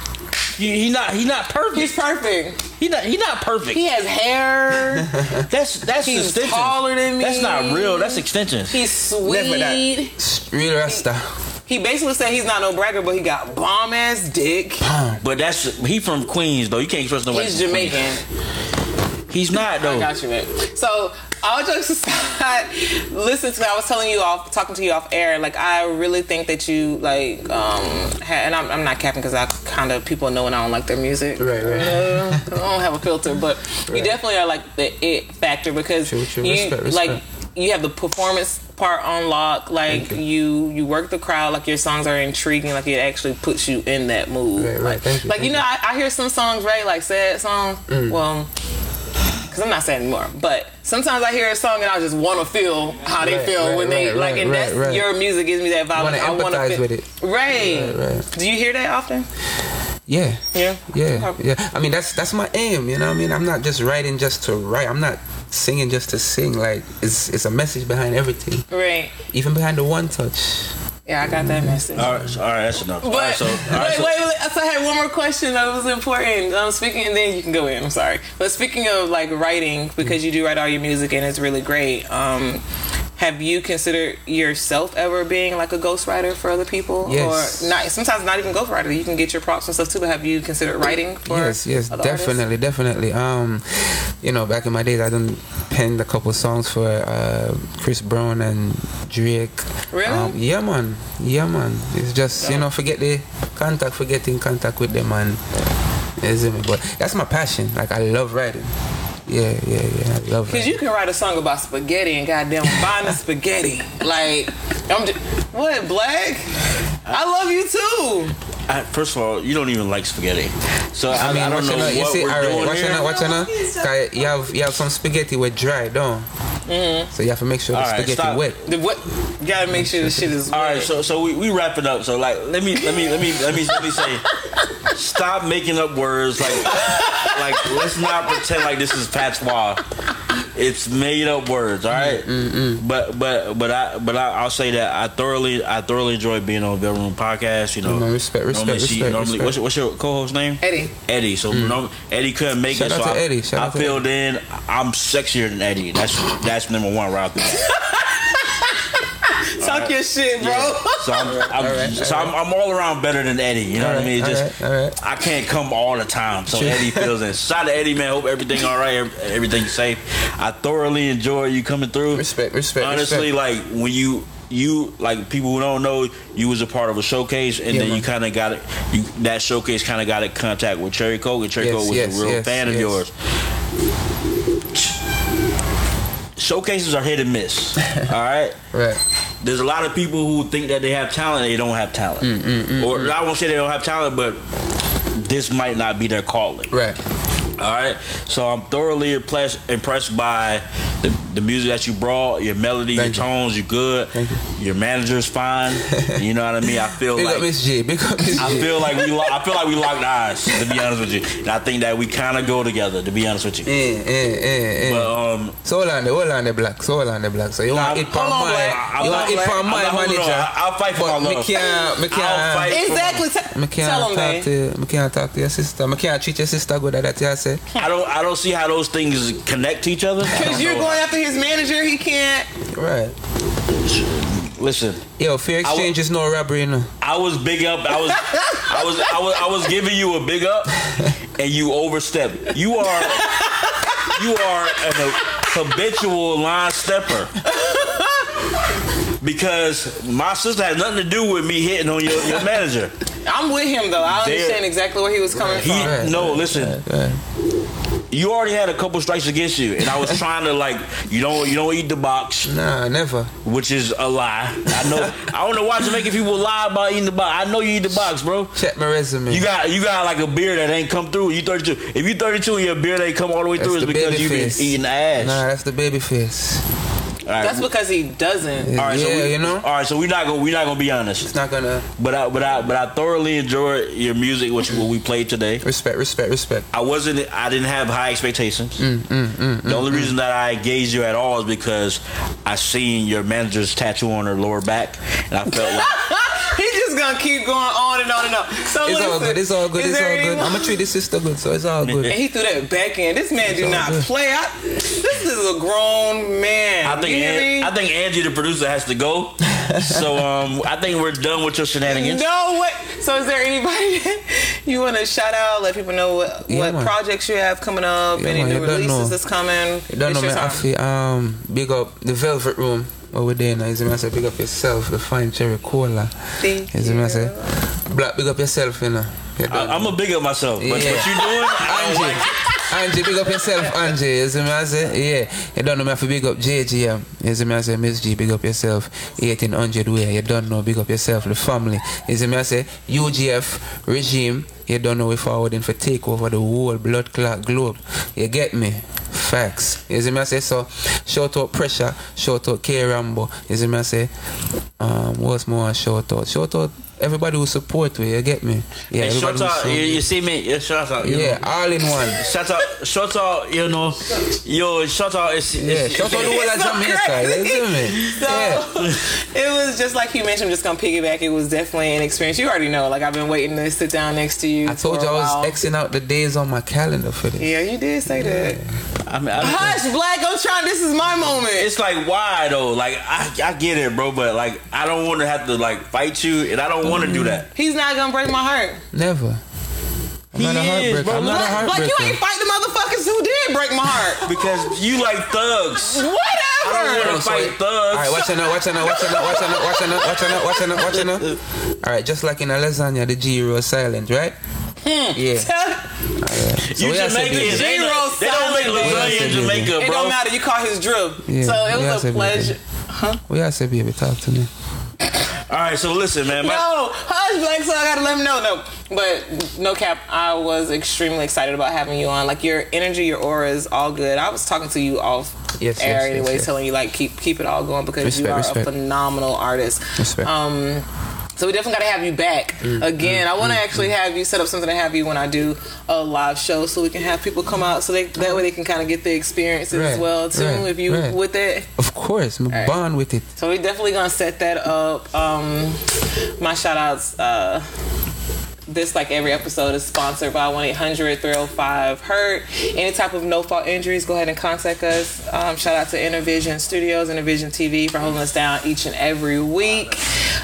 Speaker 5: He, he not he not perfect.
Speaker 4: He's perfect.
Speaker 5: He not he not perfect.
Speaker 4: He has hair.
Speaker 5: That's that's
Speaker 4: He's
Speaker 5: extensions.
Speaker 4: taller than me.
Speaker 5: That's not real. That's extensions.
Speaker 4: He's
Speaker 6: Never that.
Speaker 4: sweet.
Speaker 6: Real Rasta.
Speaker 4: He basically said he's not no bragger, but he got bomb ass dick.
Speaker 5: But that's he from Queens though. You can't trust nobody.
Speaker 4: He's
Speaker 5: from
Speaker 4: Jamaican.
Speaker 5: Queens. He's not
Speaker 4: I
Speaker 5: though.
Speaker 4: got you, man. So all jokes aside, listen to me. I was telling you off, talking to you off air. Like I really think that you like, um, ha- and I'm, I'm not capping because I kind of people know when I don't like their music.
Speaker 6: Right, right.
Speaker 4: Uh, I don't have a filter, but you definitely are like the it factor because
Speaker 6: True, true.
Speaker 4: you
Speaker 6: Respect, respect.
Speaker 4: like you have the performance part on lock. Like
Speaker 6: Thank
Speaker 4: you. you work the crowd. Like your songs are intriguing. Like it actually puts you in that mood.
Speaker 6: Right, right.
Speaker 4: Like,
Speaker 6: Thank you,
Speaker 4: Like
Speaker 6: thank
Speaker 4: you know, I, I hear some songs right, like sad songs.
Speaker 6: Mm.
Speaker 4: Well because I'm not saying anymore, but sometimes I hear a song and I just want to feel how they
Speaker 6: Right,
Speaker 4: feel
Speaker 6: right,
Speaker 4: when they
Speaker 6: right,
Speaker 4: like, and
Speaker 6: right,
Speaker 4: that's
Speaker 6: right.
Speaker 4: your music gives me that vibe.
Speaker 6: Wanna
Speaker 4: like, I want
Speaker 6: empathize
Speaker 4: to
Speaker 6: with it.
Speaker 4: Right.
Speaker 6: Right, right.
Speaker 4: Do you hear that often?
Speaker 6: Yeah.
Speaker 4: Yeah.
Speaker 6: Yeah,
Speaker 4: Okay.
Speaker 6: yeah. I mean, that's that's my aim. You know, what I mean, I'm not just writing just to write. I'm not singing just to sing. Like, it's it's a message behind everything,
Speaker 4: Right.
Speaker 6: even behind the one touch.
Speaker 4: Yeah, I got that message.
Speaker 5: All right, so- all right, that's enough.
Speaker 4: But
Speaker 5: all right, so, all right,
Speaker 4: wait,
Speaker 5: so-
Speaker 4: wait, wait. So I had one more question that was important. Um, speaking, and then you can go in. I'm sorry, but speaking of like writing, because you do write all your music and it's really great. Um, have you considered yourself ever being like a ghostwriter for other people,
Speaker 6: Yes.
Speaker 4: or not? Sometimes not even ghostwriter. You can get your props and stuff too. But have you considered writing for?
Speaker 6: Yes, yes,
Speaker 4: other
Speaker 6: definitely, definitely. Um, you know, back in my days, I done penned a couple songs for uh, Chris Brown and Drake.
Speaker 4: Really?
Speaker 6: Um, yeah, man. Yeah, man. It's just you know, forget the contact, forget in contact with them, man. Is it? But that's my passion. Like I love writing. Yeah, yeah, yeah. I love.
Speaker 4: Because
Speaker 6: writing.
Speaker 4: you can write a song about spaghetti and goddamn Bonnie spaghetti. Like, I'm just, what black? I love you too.
Speaker 5: I- first of all, you don't even like spaghetti. So I,
Speaker 6: I mean,
Speaker 5: I don't
Speaker 6: watch
Speaker 5: know
Speaker 6: out, you
Speaker 5: what
Speaker 6: see,
Speaker 5: we're
Speaker 6: alright,
Speaker 5: doing
Speaker 6: watch
Speaker 5: here.
Speaker 6: out, watch out. 'Cause You have you have some spaghetti with dry, don't? Mm-hmm. So you have to make sure the
Speaker 5: Alright,
Speaker 6: spaghetti
Speaker 5: stop.
Speaker 6: wet.
Speaker 4: The what? You gotta make sure the shit is.
Speaker 5: all
Speaker 4: wet.
Speaker 5: right, so so we we wrap it up. So like, let me let me let me let me let me say, stop making up words. Like like let's not pretend like this is patois. It's made up words, all right?
Speaker 6: Mm,
Speaker 5: But but but I but I, I'll say that I thoroughly I thoroughly enjoy being on Bill Room podcast. You know,
Speaker 6: No, respect, respect,
Speaker 5: normally she,
Speaker 6: respect,
Speaker 5: normally,
Speaker 6: respect. Mm.
Speaker 5: What's, your, what's your co-host name?
Speaker 4: Eddie.
Speaker 5: Eddie. So norm- Eddie couldn't make
Speaker 6: Shout
Speaker 5: it.
Speaker 6: out
Speaker 5: so
Speaker 6: to
Speaker 5: I,
Speaker 6: Eddie, shout
Speaker 5: I
Speaker 6: out to
Speaker 5: filled in. I'm sexier than Eddie. That's that's number one right there.
Speaker 4: Talk your shit, bro.
Speaker 5: So I'm, I'm, so I'm, I'm all around better than Eddie. You know what I mean?
Speaker 6: All right,
Speaker 5: Just
Speaker 6: all right,
Speaker 5: I can't come all the time. So Eddie feels in. Shout out to Eddie, man. Hope everything all right. ev- Everything's safe. I thoroughly enjoy you coming through.
Speaker 6: Respect, respect,
Speaker 5: Honestly,
Speaker 6: respect.
Speaker 5: like when you. You like people who don't know you was a part of a showcase, and
Speaker 6: Yeah,
Speaker 5: then
Speaker 6: man.
Speaker 5: you kind of got it. You, that showcase kind of got in contact with Cherry Coke, and Cherry
Speaker 6: Yes,
Speaker 5: Coke was
Speaker 6: yes,
Speaker 5: a real
Speaker 6: yes,
Speaker 5: fan of
Speaker 6: yes.
Speaker 5: yours. Showcases are hit and miss. all right,
Speaker 6: right.
Speaker 5: there's a lot of people who think that they have talent they don't have talent
Speaker 6: Mm,
Speaker 5: or i won't say they don't have talent but this might not be their calling
Speaker 6: Right.
Speaker 5: all right so i'm thoroughly impressed, impressed by the, the music that you brought your melody
Speaker 6: Thank you.
Speaker 5: your tones you're good
Speaker 6: Thank you.
Speaker 5: your manager's fine you know what i mean i feel
Speaker 6: Big up
Speaker 5: like
Speaker 6: Miss J. Big up Miss
Speaker 5: I
Speaker 6: J.
Speaker 5: feel like we lo- I feel like we locked eyes to be honest with you, and I think that we kind of go together to be honest with you.
Speaker 6: Eh, eh, eh, eh.
Speaker 5: But um,
Speaker 6: So hold on there, hold on there, black. So hold on there, black. So you want
Speaker 5: I'm-
Speaker 6: it for
Speaker 5: hold on,
Speaker 6: my,
Speaker 5: black. I'm
Speaker 6: you
Speaker 5: not
Speaker 6: want it
Speaker 5: black.
Speaker 6: for
Speaker 5: I'm
Speaker 6: my
Speaker 5: not- hold on,
Speaker 6: manager.
Speaker 5: I- I'll fight for
Speaker 6: but
Speaker 5: my
Speaker 6: Me
Speaker 5: love.
Speaker 6: can't, me
Speaker 5: I'll
Speaker 6: can't,
Speaker 5: fight.
Speaker 4: Exactly. T-
Speaker 6: me
Speaker 4: tell
Speaker 6: can't
Speaker 4: them,
Speaker 6: talk
Speaker 4: babe.
Speaker 6: to, me can't talk to your sister. Me can't treat your sister good like that. You say.
Speaker 5: I don't I don't see how those things connect to each other. I
Speaker 4: Because
Speaker 5: don't
Speaker 4: you're
Speaker 5: know.
Speaker 4: going after his manager, he can't.
Speaker 6: Right.
Speaker 5: Listen,
Speaker 6: Yo, fair
Speaker 5: wa-
Speaker 6: exchange is no robbery, no.
Speaker 5: I was big up. I was, I was, I was, I was giving you a big up, and you overstepped. You are, you you are an habitual line stepper. Because my sister had nothing to do with me hitting on your, your manager.
Speaker 4: I'm with him though. I
Speaker 5: There-
Speaker 4: understand exactly where he was coming
Speaker 5: He
Speaker 4: from.
Speaker 5: no, listen. You already had a couple strikes against you, and I was trying to like, you don't you don't eat the box,
Speaker 11: Nah, never.
Speaker 5: which is a lie. I know. I don't know why Jamaican people lie about eating the box. I know you eat the box, bro.
Speaker 11: Check my resume.
Speaker 5: You got you got like a beard that ain't come through. You 32. If you 32 and your beard ain't come all the way
Speaker 11: That's
Speaker 5: through, it's
Speaker 11: the
Speaker 5: because
Speaker 11: baby
Speaker 5: you been
Speaker 11: face.
Speaker 5: eating ass.
Speaker 11: Nah, that's the baby face.
Speaker 5: All right.
Speaker 4: That's because he doesn't.
Speaker 5: all right,
Speaker 11: yeah,
Speaker 5: so we,
Speaker 11: you know?
Speaker 5: All right, so we not gonna we not gonna be honest,
Speaker 11: It's not gonna.
Speaker 5: but I but I but I thoroughly enjoyed your music, which what we played today.
Speaker 11: Respect, respect, respect.
Speaker 5: I wasn't. I didn't have high expectations.
Speaker 11: Mm,
Speaker 5: the only reason that I engaged you at all is because I seen your manager's tattoo on her lower back, and I felt like
Speaker 4: He's just gonna keep going on and on and on. So
Speaker 11: It's
Speaker 4: listen,
Speaker 11: all good. It's all good.
Speaker 4: is
Speaker 11: It's
Speaker 4: there
Speaker 11: all good.
Speaker 4: anyone-
Speaker 11: I'm gonna treat this sister good, so it's all good.
Speaker 4: And he threw that back in. This man do
Speaker 11: all
Speaker 4: not
Speaker 11: good.
Speaker 4: play. I, this is a grown man.
Speaker 5: I think
Speaker 4: You hear
Speaker 5: An-
Speaker 4: me?
Speaker 5: I think Angie, the producer, has to go. so um, I think we're done with your shenanigans.
Speaker 4: No what? So is there anybody you want to shout out? Let people know what,
Speaker 11: Yeah,
Speaker 4: what
Speaker 11: man.
Speaker 4: projects you have coming up,
Speaker 11: Yeah,
Speaker 4: any
Speaker 11: man,
Speaker 4: new
Speaker 11: you don't
Speaker 4: releases
Speaker 11: know.
Speaker 4: that's coming.
Speaker 11: You don't
Speaker 4: It's
Speaker 11: know,
Speaker 4: your
Speaker 11: man. I
Speaker 4: time.
Speaker 11: feel, um, big up the Velvet Room over there now. You see me? I say, big up yourself, the fine cherry cola.
Speaker 4: Thank
Speaker 11: You see me? I say,
Speaker 4: you.
Speaker 11: black, big up yourself, you know. You
Speaker 5: I,
Speaker 11: don't
Speaker 5: I'm
Speaker 11: know.
Speaker 5: gonna big up myself, but
Speaker 11: Yeah.
Speaker 5: what you doing? I don't
Speaker 11: Angie,
Speaker 5: like.
Speaker 11: Angie, big up yourself, Angie. You see me? I say, yeah. You don't know me. I feel big up JG. Um, you see me? I say, Miss G, big up yourself. 1800 way. You don't know. Big up yourself, the family. You see me? I say, UGF regime. You don't know we forwarding for take over the whole blood clot globe. You get me? Facts. You see me? I say so. Shout out pressure. Shout out K Rambo. You see me? I say. Um, what's more? Shout out. Shout out everybody who support we. You get me? Yeah.
Speaker 5: Hey,
Speaker 11: everybody
Speaker 5: shout
Speaker 11: who
Speaker 5: out,
Speaker 11: support
Speaker 5: you,
Speaker 11: we.
Speaker 5: you see me? Yeah, shout out. you
Speaker 11: Yeah,
Speaker 5: know.
Speaker 11: all in one.
Speaker 5: Shout out, shout out, you know, yo, shout out, it's,
Speaker 11: Yeah,
Speaker 5: it's,
Speaker 11: shout out the whole of
Speaker 4: so
Speaker 11: Jamaica, you
Speaker 4: crazy.
Speaker 11: see me?
Speaker 4: So
Speaker 11: Yeah.
Speaker 4: it was just like you mentioned. I'm just gonna piggyback. It was definitely an experience. You already know. Like I've been waiting to sit down next to you.
Speaker 11: I told
Speaker 4: for
Speaker 11: you
Speaker 4: a
Speaker 11: I was
Speaker 4: while.
Speaker 11: Xing out the days on my calendar for this.
Speaker 4: yeah, you did say that.
Speaker 5: I mean, I,
Speaker 4: Hush, Black. I'm trying. This is my moment.
Speaker 5: it's like why though? Like I, I get it, bro, but like I don't want to have to like fight you, and I don't want to do that.
Speaker 4: He's not gonna break my heart.
Speaker 11: Never. I'm not a
Speaker 5: He is,
Speaker 11: heartbreaker.
Speaker 5: bro.
Speaker 11: I'm not a
Speaker 4: Black, Black, you ain't
Speaker 11: heartbreaker.
Speaker 4: fight the motherfuckers who did break my heart.
Speaker 5: Because you like thugs. I
Speaker 4: Whatever.
Speaker 5: don't want
Speaker 11: No,
Speaker 5: to
Speaker 11: sorry.
Speaker 5: fight thugs.
Speaker 11: Alright, watch it now, watch it now, watch it now, watch it now, watch it now, watch it now, watch it now, watch it now. Alright, just like in a lasagna, the gyro is silent, right? Yeah. So
Speaker 5: you
Speaker 11: we gotta say
Speaker 5: Jamaicans.
Speaker 11: baby.
Speaker 5: They,
Speaker 4: Zero
Speaker 5: they don't make
Speaker 4: silence.
Speaker 5: lasagna in Jamaica,
Speaker 4: It
Speaker 5: bro.
Speaker 4: don't matter. You caught his drip.
Speaker 11: Yeah,
Speaker 4: So it
Speaker 11: yeah, I
Speaker 4: was a
Speaker 11: said
Speaker 4: pleasure.
Speaker 11: We gotta say baby, talk to me.
Speaker 5: All right, so listen, man. My,
Speaker 4: No, hush, Black. So I gotta let him know. No, but no cap. I was extremely excited about having you on. Like your energy, your aura is all good. I was talking to you off air
Speaker 11: Yes, yes, yes,
Speaker 4: anyway,
Speaker 11: yes.
Speaker 4: telling you like keep keep it all going because you
Speaker 11: Respect,
Speaker 4: are
Speaker 11: respect.
Speaker 4: a phenomenal artist.
Speaker 11: Respect. Mm,
Speaker 4: Um. So we definitely got to have you back again. I want to actually have you set up something to have you when I do a live show, so we can have people come out, so they, that way they can kind of get the experiences as
Speaker 11: Right,
Speaker 4: well too.
Speaker 11: right,
Speaker 4: if you
Speaker 11: right.
Speaker 4: with it,
Speaker 11: Of course, I'm
Speaker 4: Alright.
Speaker 11: born with it.
Speaker 4: so we're definitely gonna set that up. Um, my shout outs, uh, this like every episode is sponsored by 1 800 305 Hurt. Any type of no fault injuries, go ahead and contact us. Um, shout out to Intervision Studios, Intervision TV for holding us down each and every week.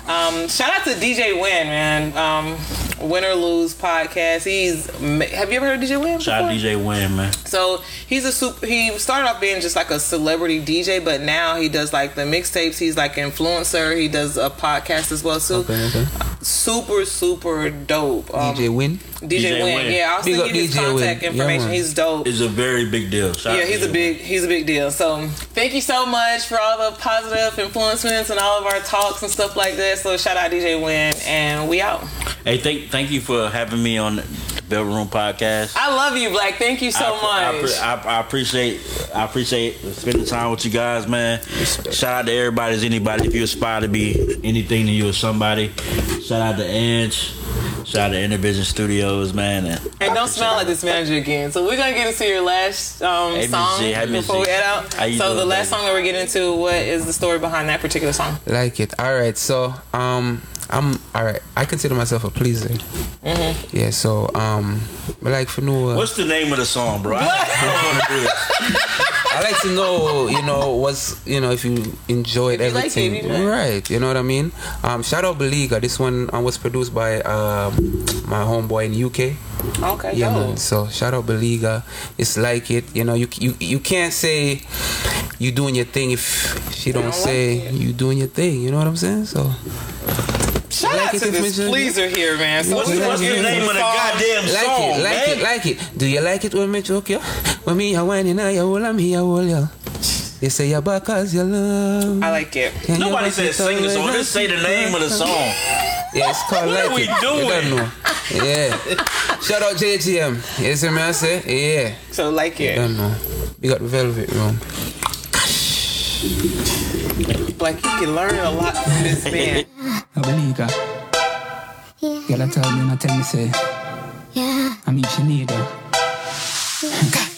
Speaker 4: Um, shout out to DJ Win, man. Um, Win or Lose podcast. He's ma- have you ever heard of DJ Win?
Speaker 5: shout out
Speaker 4: before?
Speaker 5: DJ Win, man.
Speaker 4: So he's a super. He started off being just like a celebrity DJ, but now he does like the mixtapes. He's like influencer. He does a podcast as well. So
Speaker 11: Okay, okay.
Speaker 4: super, super dope. Um,
Speaker 11: DJ Win.
Speaker 4: DJ,
Speaker 5: DJ
Speaker 4: Win.
Speaker 5: Win.
Speaker 4: Yeah, I'll
Speaker 11: Big
Speaker 4: send
Speaker 11: up
Speaker 4: you his
Speaker 11: DJ Win.
Speaker 4: contact
Speaker 11: Yeah,
Speaker 4: information.
Speaker 11: man.
Speaker 4: he's dope.
Speaker 5: It's a very big deal. Shout out
Speaker 4: Yeah,
Speaker 5: to
Speaker 4: he's
Speaker 5: you.
Speaker 4: a big he's a big deal. So thank you so much for all the positive influencements and all of our talks and stuff like that. So shout out DJ Win and we out.
Speaker 5: Hey, thank thank you for having me on the Bell Room Podcast.
Speaker 4: I love you, Black. Thank you so
Speaker 5: I,
Speaker 4: much.
Speaker 5: I, I, I appreciate I appreciate spending time with you guys, man. Shout out to everybody, as anybody. If you aspire to be anything to you or somebody, shout out to Edge. Shout out to Intervision Studios, man. And,
Speaker 4: And don't smile like this manager again. So we're gonna get into your last um,
Speaker 5: Hey, Miss
Speaker 4: song
Speaker 5: G, hey, Miss
Speaker 4: before we
Speaker 5: G.
Speaker 4: head out.
Speaker 5: How you
Speaker 4: so
Speaker 5: doing,
Speaker 4: the last
Speaker 5: baby?
Speaker 4: song that we're getting into, what is the story behind that particular song?
Speaker 11: Like it. All right. So um, I'm all right. I consider myself a pleaser. Yeah. So um, but like for no. uh,
Speaker 5: What's the name of the song, bro? I, I don't want to do this.
Speaker 11: I like to know, you know, what's you know if you enjoyed
Speaker 4: If you like it,
Speaker 11: everything,
Speaker 4: you know.
Speaker 11: right? You know what I mean. Um, shout out Beliga. This one uh, was produced by um my homeboy in UK.
Speaker 4: Okay,
Speaker 11: Yeah,
Speaker 4: yo.
Speaker 11: man. So shout out Beliga. It's like it. You know, you you you can't say you doing your thing if she don't,
Speaker 4: don't like
Speaker 11: say
Speaker 4: it.
Speaker 11: you doing your thing. You know what I'm saying? So
Speaker 4: Shout
Speaker 11: Like
Speaker 4: out
Speaker 11: it
Speaker 4: to
Speaker 11: if
Speaker 4: this
Speaker 11: it's in-
Speaker 4: pleaser here, man. So
Speaker 12: What's,
Speaker 4: we
Speaker 12: the-
Speaker 4: gonna
Speaker 12: what's the
Speaker 4: give
Speaker 12: name
Speaker 4: him
Speaker 12: of the
Speaker 4: song.
Speaker 12: goddamn
Speaker 11: like
Speaker 12: song,
Speaker 11: it, like
Speaker 12: man?
Speaker 11: it, like it. Do you like it when me choke you? When me I whine and I hold, I'm here, I hold you. They say you're back as you love.
Speaker 4: I like it.
Speaker 11: Can you
Speaker 12: Nobody
Speaker 11: make
Speaker 12: said
Speaker 11: it
Speaker 12: sing the
Speaker 11: all
Speaker 12: song.
Speaker 11: right?
Speaker 12: Just say the name of the song.
Speaker 11: Yeah, it's called
Speaker 12: What are
Speaker 11: like
Speaker 12: we
Speaker 11: it. You don't
Speaker 12: doing?
Speaker 11: know. Yeah. Shout out JTM. You see me I say? Yeah.
Speaker 4: So like it.
Speaker 11: Don't know. You got Velvet Room.
Speaker 4: Like you can learn a lot from this man.
Speaker 6: I believe her. Girl, I tell me, not tell me, say.
Speaker 13: Yeah.
Speaker 6: I mean, she need her.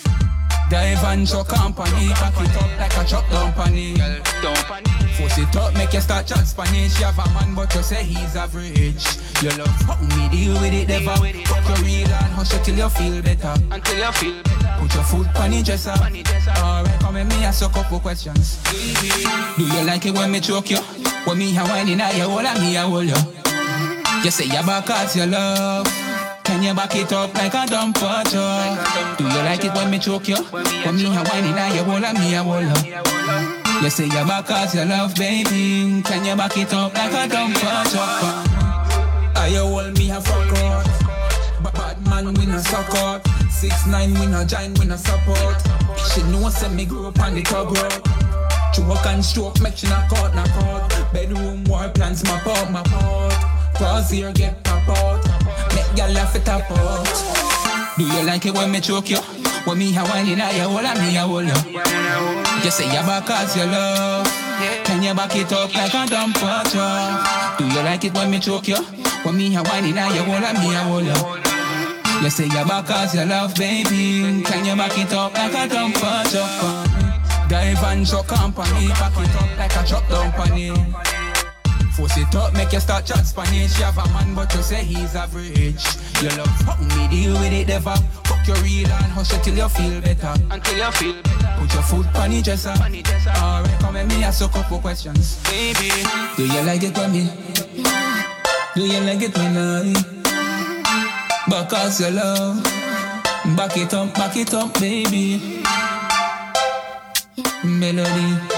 Speaker 6: Dive and your company, back it up like a truck company. Girl, don't panic. Force it up, make you start chat Spanish. You have a man, but you say he's average. You love how me deal with it, never. Fuck your real and hush it till you feel better. Until you feel better. Put your foot on the dresser. Alright, come with me, ask you a couple questions. Do you like it when me choke you? When me a wine in your hole and me a hold you? You say you back out your love. Can you back it up like a dumper truck? Do you like it when me choke you? When me a wine in your hole and me a hold you? You say you back out your love, baby. Can you back it up like a dumper truck? I you hold me a fuck out. Ba- Bad man, we no suck out. Six nine, we no giant, we no support. She know say me grew up on the top road. Choke and stroke, make she knock out, knock out. Bedroom war plans, map out, map out. Cross here, get pop out. Make your laugh it up out. Do you like it when me choke you? When me a wine in your hole and me a hold you. You say you back as you love. Can you back it up like a dumper truck? Do you like it when me choke you? When me a wine in your hole and me a hold you. You say you back as you love, baby. Can you back it up like a dumper truck? Dive and truck company, pack it up like a truck company. Force it up, make you start chat Spanish. You have a man, but you say he's average. You love fuck me, deal with it, never. Fuck your real and hush it till you feel better. Until you feel better. Put your foot on the dresser. Alright, come with me, ask a couple questions. Baby, do you like it when me? Do you like it when I? Back us your love. Back it up, back it up, baby. Melody.